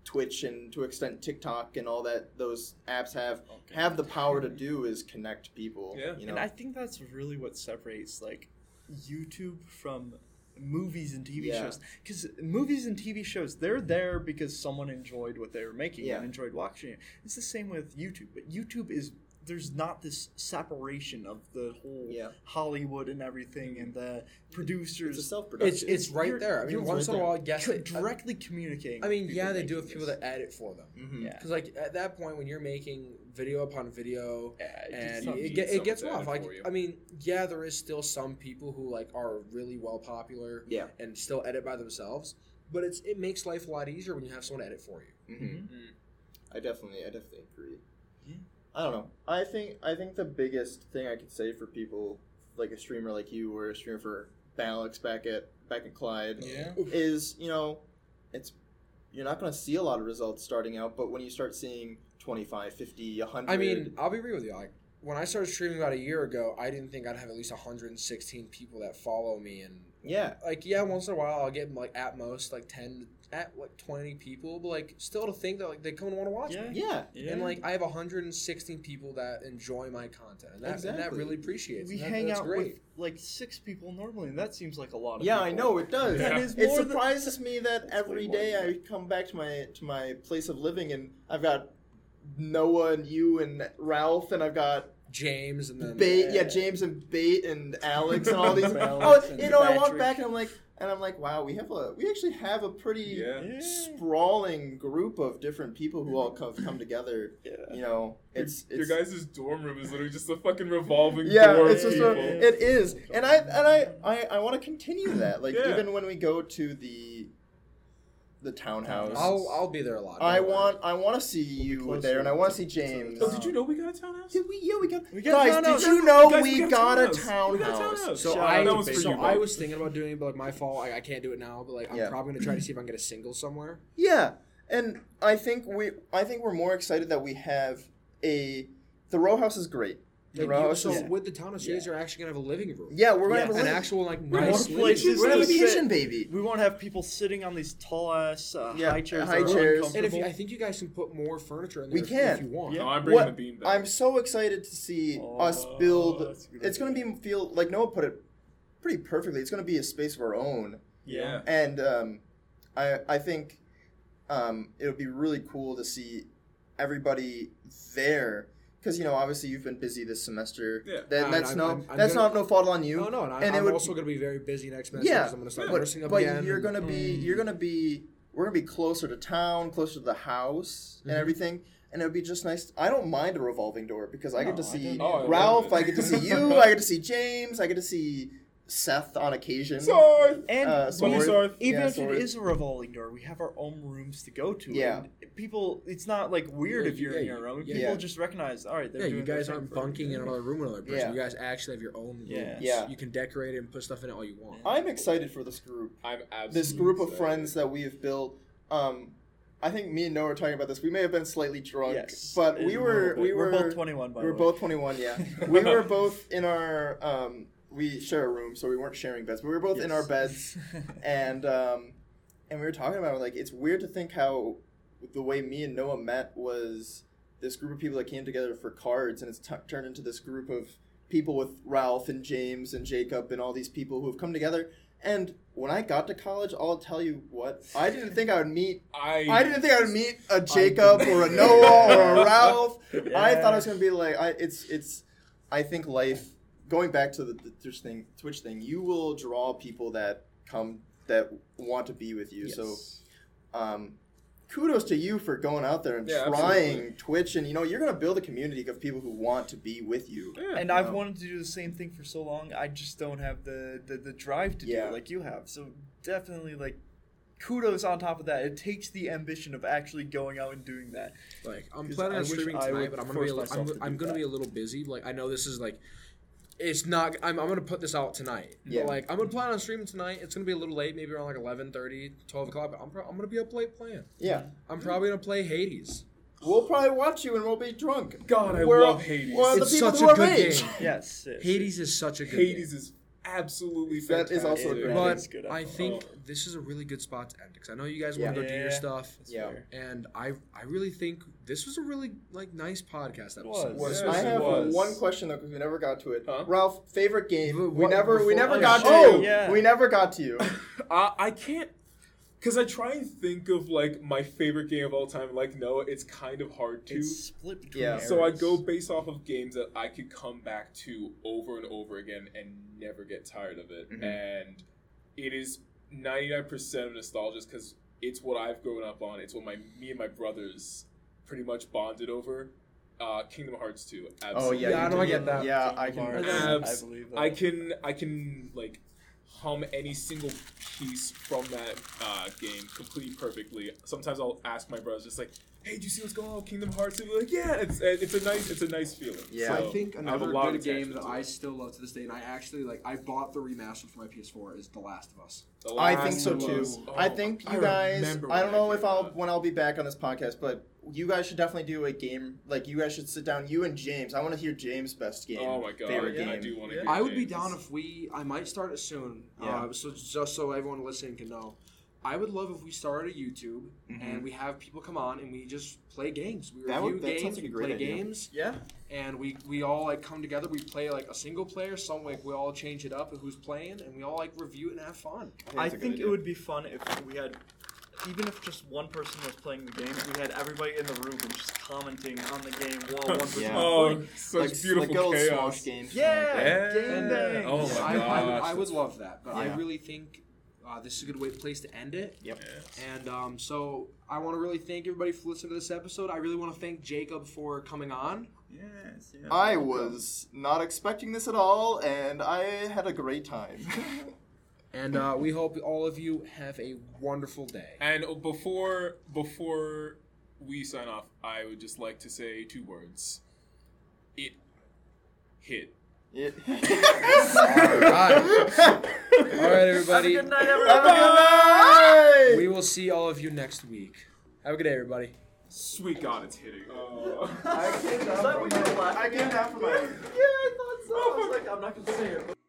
S3: Twitch and to extent TikTok and all that those apps have have the power to do is connect people.
S2: Yeah.
S3: You know?
S4: and I think that's really what separates like YouTube from movies and TV
S3: Yeah.
S4: shows because movies and TV shows they're there because someone enjoyed what they were making
S3: Yeah.
S4: and enjoyed watching it. It's the same with YouTube, but YouTube is there's not this separation of the whole
S3: Yeah.
S4: Hollywood and everything and the
S3: it's a
S4: producers.
S3: self
S1: it's
S3: production.
S1: it's right
S4: You're-
S1: there I mean
S4: you're
S1: once in
S3: right
S1: a
S3: there.
S1: while yes
S4: co-
S1: they-
S4: directly communicating.
S1: I mean
S4: people
S1: yeah they
S4: making
S1: do it for people
S4: this.
S1: that hmm, edit for them
S3: mm-hmm.
S4: Yeah.
S1: because like at that point when you're making video upon video
S4: Yeah, it just-
S1: and
S2: not
S1: it,
S2: being
S1: get, it
S2: someone
S1: gets
S2: to
S1: rough.
S2: edit
S1: Like
S2: for you.
S1: I mean, yeah, there is still some people who like are really well popular,
S3: Yeah.
S1: and still edit by themselves. But it's it makes life a lot easier when you have someone edit for you.
S3: Mm-hmm.
S2: Mm.
S3: I definitely, I definitely agree.
S4: Yeah.
S3: I don't know. I think, I think the biggest thing I could say for people like a streamer like you or a streamer for Balix back at back at
S1: hmm.
S3: Clyde
S2: Yeah.
S3: is you know, it's you're not going to see a lot of results starting out, but when you start seeing 25, 50, 100,
S1: I mean, I'll be real with you. Like when I started streaming about a year ago, I didn't think I'd have at least 116 people that follow me, and
S3: yeah,
S1: like yeah, once in a while I'll get like at most like 10 at like 20 people, but like still to think that like they come and want to watch me.
S3: yeah,
S4: yeah.
S1: And like I have 116 people that enjoy my content, and that and that
S3: Exactly.
S1: really appreciates.
S4: we
S1: and that-
S4: hang
S1: that's
S4: out
S1: great.
S4: with like six people normally, and that seems like a lot. of
S3: yeah.
S4: people.
S3: I know it does.
S2: Yeah.
S4: That is
S3: It
S4: more than
S3: surprises me that
S4: That's way
S3: every
S4: more
S3: day
S4: than
S3: I come back to my to my place of living and I've got Noah and you and Ralph and I've got
S1: James and then
S3: Bait, yeah, James and Bait and Alex and all these. oh,
S4: Alex and
S3: you know, I walk
S4: Patrick.
S3: back and I'm like, and I'm like, wow, we have a, we actually have a pretty
S2: Yeah.
S4: Yeah.
S3: sprawling group of different people who all come come together.
S4: Yeah.
S3: You know, it's
S2: your, your
S3: it's
S2: guys' dorm room is literally just a fucking revolving
S3: yeah,
S2: door
S3: it's
S2: of
S3: just
S2: people.
S3: a, it is, and I and I I, I want to continue that. Like
S2: Yeah.
S3: even when we go to the the townhouse,
S1: I'll I'll be there a lot.
S3: I
S1: don't worry.
S3: want I want to see
S4: We'll
S3: you
S4: be
S3: there, and I
S4: closer
S3: want
S4: to-
S3: to see James.
S2: Oh, did you know we got a townhouse?
S3: Did we? Yeah, we got.
S4: We got a
S3: guys,
S4: townhouse.
S3: did you know
S2: Guys,
S3: we, got, a townhouse?
S1: So
S4: Shout
S1: I
S4: out
S2: to
S1: so
S2: Baker.
S1: I was thinking about doing it, but like my fault. Like, I can't do it now. But like I'm
S3: Yeah.
S1: probably gonna try to see if I can get a single somewhere.
S3: Yeah, and I think we I think we're more excited that we have a. The row house is great. The
S1: Like,
S3: row
S1: you,
S3: house
S1: so
S3: is.
S1: with the town of cities, you're actually gonna have a living room.
S3: Yeah, we're gonna
S4: Yeah.
S3: have a
S1: an
S3: living-
S1: actual like
S4: more
S1: nice living
S4: places
S1: room.
S3: We're gonna have a
S4: Sit.
S3: kitchen, baby.
S4: We won't have people sitting on these tall ass uh,
S3: Yeah,
S4: high chairs.
S3: high
S4: that are
S3: chairs.
S1: And if
S4: uncomfortable.
S1: you, I think you guys can put more furniture in there
S3: We
S1: if,
S3: can.
S1: if you want.
S4: Yeah.
S2: No, I'm bringing
S3: What-
S2: the beanbag.
S3: I'm so excited to see us
S4: Oh,
S3: build.
S4: that's a good
S3: It's gonna be feel like Noah put it pretty perfectly. It's gonna be a space of our own.
S2: yeah.
S3: and um, I I think um, it would be really cool to see everybody there because you know obviously you've been busy this semester.
S2: Yeah.
S3: That,
S1: And
S3: that's
S1: I'm-
S3: no
S1: I'm- I'm
S3: that's
S1: gonna-
S3: not no fault on you.
S1: Oh, No, no, and, I,
S3: And it
S1: I'm
S3: would-
S1: also gonna be very busy next semester.
S3: Yeah,
S1: 'cause I'm gonna start
S2: but-
S1: nursing up
S3: but
S1: again.
S3: you're
S1: and-
S3: gonna be
S4: Mm.
S3: you're gonna be we're gonna be closer to town, closer to the house
S1: Mhm.
S3: and everything. and it would be just nice. I don't mind a revolving door because I get to
S4: No, I
S3: see
S4: don't
S2: Oh, I love
S3: Ralph,
S2: it.
S3: I get to see you, I get to see James, I get to see Seth on occasion.
S2: Sorry.
S4: And
S3: Uh,
S4: we-
S3: sword.
S4: even
S3: Yeah,
S4: if
S3: sword.
S4: it is a revolving door, we have our own rooms to go to.
S3: Yeah.
S4: and people, it's not like weird
S1: Yeah,
S4: if you're in
S1: yeah,
S4: your own.
S1: yeah.
S4: People
S3: Yeah.
S4: just recognize, all right, they're
S1: Yeah,
S4: doing
S1: you
S4: their
S1: guys
S4: thing
S1: aren't
S4: for-
S1: bunking in another room with another person.
S3: Yeah.
S1: You guys actually have your own room.
S4: Yeah.
S3: Yeah.
S1: You can decorate it and put stuff in it all you want.
S3: I'm excited for this group.
S2: I'm absolutely
S3: this group of
S2: excited.
S3: friends that we have built. Um, I think me and Noah were talking about this. We may have been slightly drunk,
S4: Yes,
S3: but
S4: and
S3: we were we were
S4: we're both 21 by
S3: we were
S4: the way.
S3: both 21. Yeah, we were both in our um, we share a room, so we weren't sharing beds. but We were both in our
S4: Yes.
S3: beds, and um, and we were talking about like it's weird to think how the way me and Noah met was this group of people that came together for cards, and it's tu turned into this group of people with Ralph and James and Jacob and all these people who have come together. And when I got to college, I'll tell you what I didn't think I would meet.
S2: I,
S3: I didn't think I would meet a Jacob or a Noah or a Ralph. I thought it was gonna be like I, it's it's. I think life going back to the, the Twitch thing, Twitch thing, you will draw people that come that want to be with you. So
S4: Yes.
S3: um, kudos to you for going out there and
S2: Yeah,
S3: trying
S2: absolutely.
S3: Twitch, and you know you're gonna build a community of people who want to be with you.
S2: Yeah.
S4: and I've
S3: No.
S4: wanted to do the same thing for so long. I just don't have the the, the drive to do
S3: Yeah.
S4: it like you have. So definitely like kudos on top of that. It takes the ambition of actually going out and doing that.
S1: Like I'm
S4: 'Cause
S1: planning
S4: I
S1: on
S4: wish
S1: streaming
S4: I
S1: tonight,
S4: would
S1: but I'm gonna be
S4: force
S1: a little, I'm,
S4: myself to
S1: I'm
S4: do
S1: gonna
S4: that.
S1: be a little busy. Like I know this is like it's not I'm, I'm gonna put this out tonight.
S3: Yeah.
S1: But like I'm gonna plan on streaming tonight. It's gonna be a little late, maybe around like 11, 12 o'clock. But I'm pro- I'm gonna be up late playing.
S3: Yeah,
S1: I'm probably gonna play Hades.
S3: we'll probably watch you and we'll be drunk.
S2: God, I
S3: We're-
S2: love Hades.
S3: we're the
S1: It's
S3: people
S1: such
S3: who
S1: a
S3: are
S1: good
S3: age.
S1: game.
S4: Yes. yes,
S1: Hades is such a good
S2: Hades
S1: game.
S2: is absolutely fantastic.
S3: That is also a
S4: It
S3: great
S4: is
S1: But
S4: good
S1: I
S4: alcohol.
S1: think this is a really good spot to end because I know you guys want to
S4: Yeah.
S1: go do your
S4: Yeah.
S1: stuff.
S4: That's
S3: Yeah.
S4: fair.
S1: And I, I really think this was a really like nice podcast episode.
S4: was.
S2: Yes,
S3: I
S2: it
S3: have
S2: was.
S3: one question though because we never got to it.
S2: Huh?
S3: Ralph, favorite game?
S1: Wh-
S3: we
S1: what-
S3: never, we
S1: before-
S3: never
S1: oh,
S3: got to
S4: shit.
S3: you.
S4: Yeah.
S3: We never got to you.
S2: I, I can't because I try and think of like my favorite game of all time. Like Noah, it's kind of hard to.
S4: It's split between
S3: Yeah.
S2: so I
S4: eras.
S2: go based off of games that I could come back to over and over again and never get tired of it.
S3: Mhm.
S2: And it is ninety nine percent of nostalgia because it's what I've grown up on. It's what my me and my brothers pretty much bonded over. Uh, Kingdom Hearts two. Absolutely.
S1: yeah, I
S3: Oh, you
S1: don't
S3: did.
S1: get that.
S3: Yeah, I can.
S4: Bars,
S2: Abs-
S4: I believe
S2: Um,
S4: uh,
S2: I
S4: that.
S2: can I can like hum any single piece from that uh, game completely perfectly. Sometimes I'll ask my brothers just like, "Hey, do you see what's going on with Kingdom Hearts?" And be like, "Yeah, it's uh, it's a nice it's a nice feeling."
S3: Yeah.
S2: So,
S3: I
S7: I think
S2: have a
S7: another
S2: lot
S7: good
S2: of
S7: game
S2: attachment
S7: that
S2: to
S7: I
S2: it.
S7: still love to this day, and I actually like. I bought the remaster for my PS4 is The Last of Us.
S2: The
S3: I
S2: last
S3: think so
S2: one
S3: too.
S2: was- oh,
S3: I think
S7: I
S3: you guys.
S7: remember
S3: I
S7: when
S3: don't
S7: that
S3: know if
S2: came
S3: I'll
S2: out.
S3: when I'll be back on this podcast, but you guys should definitely do a game. Like you guys should sit down. You and James. I want to hear James' best game.
S2: Oh my god!
S3: favorite
S2: yeah,
S3: game.
S2: I do want to.
S4: Yeah.
S2: hear
S7: I would be
S2: James.
S7: down if we. I might start it soon.
S3: Yeah.
S7: Uh, so just so everyone listening can know, I would love if we started a YouTube and we have people come on and we just play games. We
S3: Mm-hmm. That would-
S7: review
S3: that sounds
S7: games,
S3: like a
S7: we
S3: great
S7: play
S3: idea.
S7: games,
S3: Yeah.
S7: and we we all like come together. We play like a single player. Some like we all change it up of who's playing, and we all like review it and have fun.
S4: I think it would be fun if we had, even if just one person was playing the game, we had everybody in the room and just commenting on the game while one person
S3: Yeah.
S4: was
S2: Oh,
S4: playing.
S2: such
S3: like
S2: beautiful
S3: like good old
S2: chaos.
S3: Smosh games.
S4: Yeah,
S2: Yeah.
S4: game day.
S2: Oh my
S7: I, I, would-
S2: gosh,
S7: I would love that, but I
S3: Yeah.
S7: really think uh, this is a good way, place to end it.
S2: Yeah.
S7: And um, so I want to really thank everybody for listening to this episode. I really want to thank Jacob for coming on.
S4: Yes, yeah.
S3: I was not expecting this at all, and I had a great time.
S1: And uh, we hope all of you have a wonderful day.
S2: And before before we sign off, I would just like to say two words. It hit.
S3: Yeah.
S1: All right, everybody.
S4: Good night, everyone.
S3: Have a good night.
S1: We will see all of you next week. Have a good day, everybody.
S2: Sweet God, it's hitting.
S3: I came down from my. I came down from my.
S4: Yeah, I thought so. I was like, I'm not gonna say it.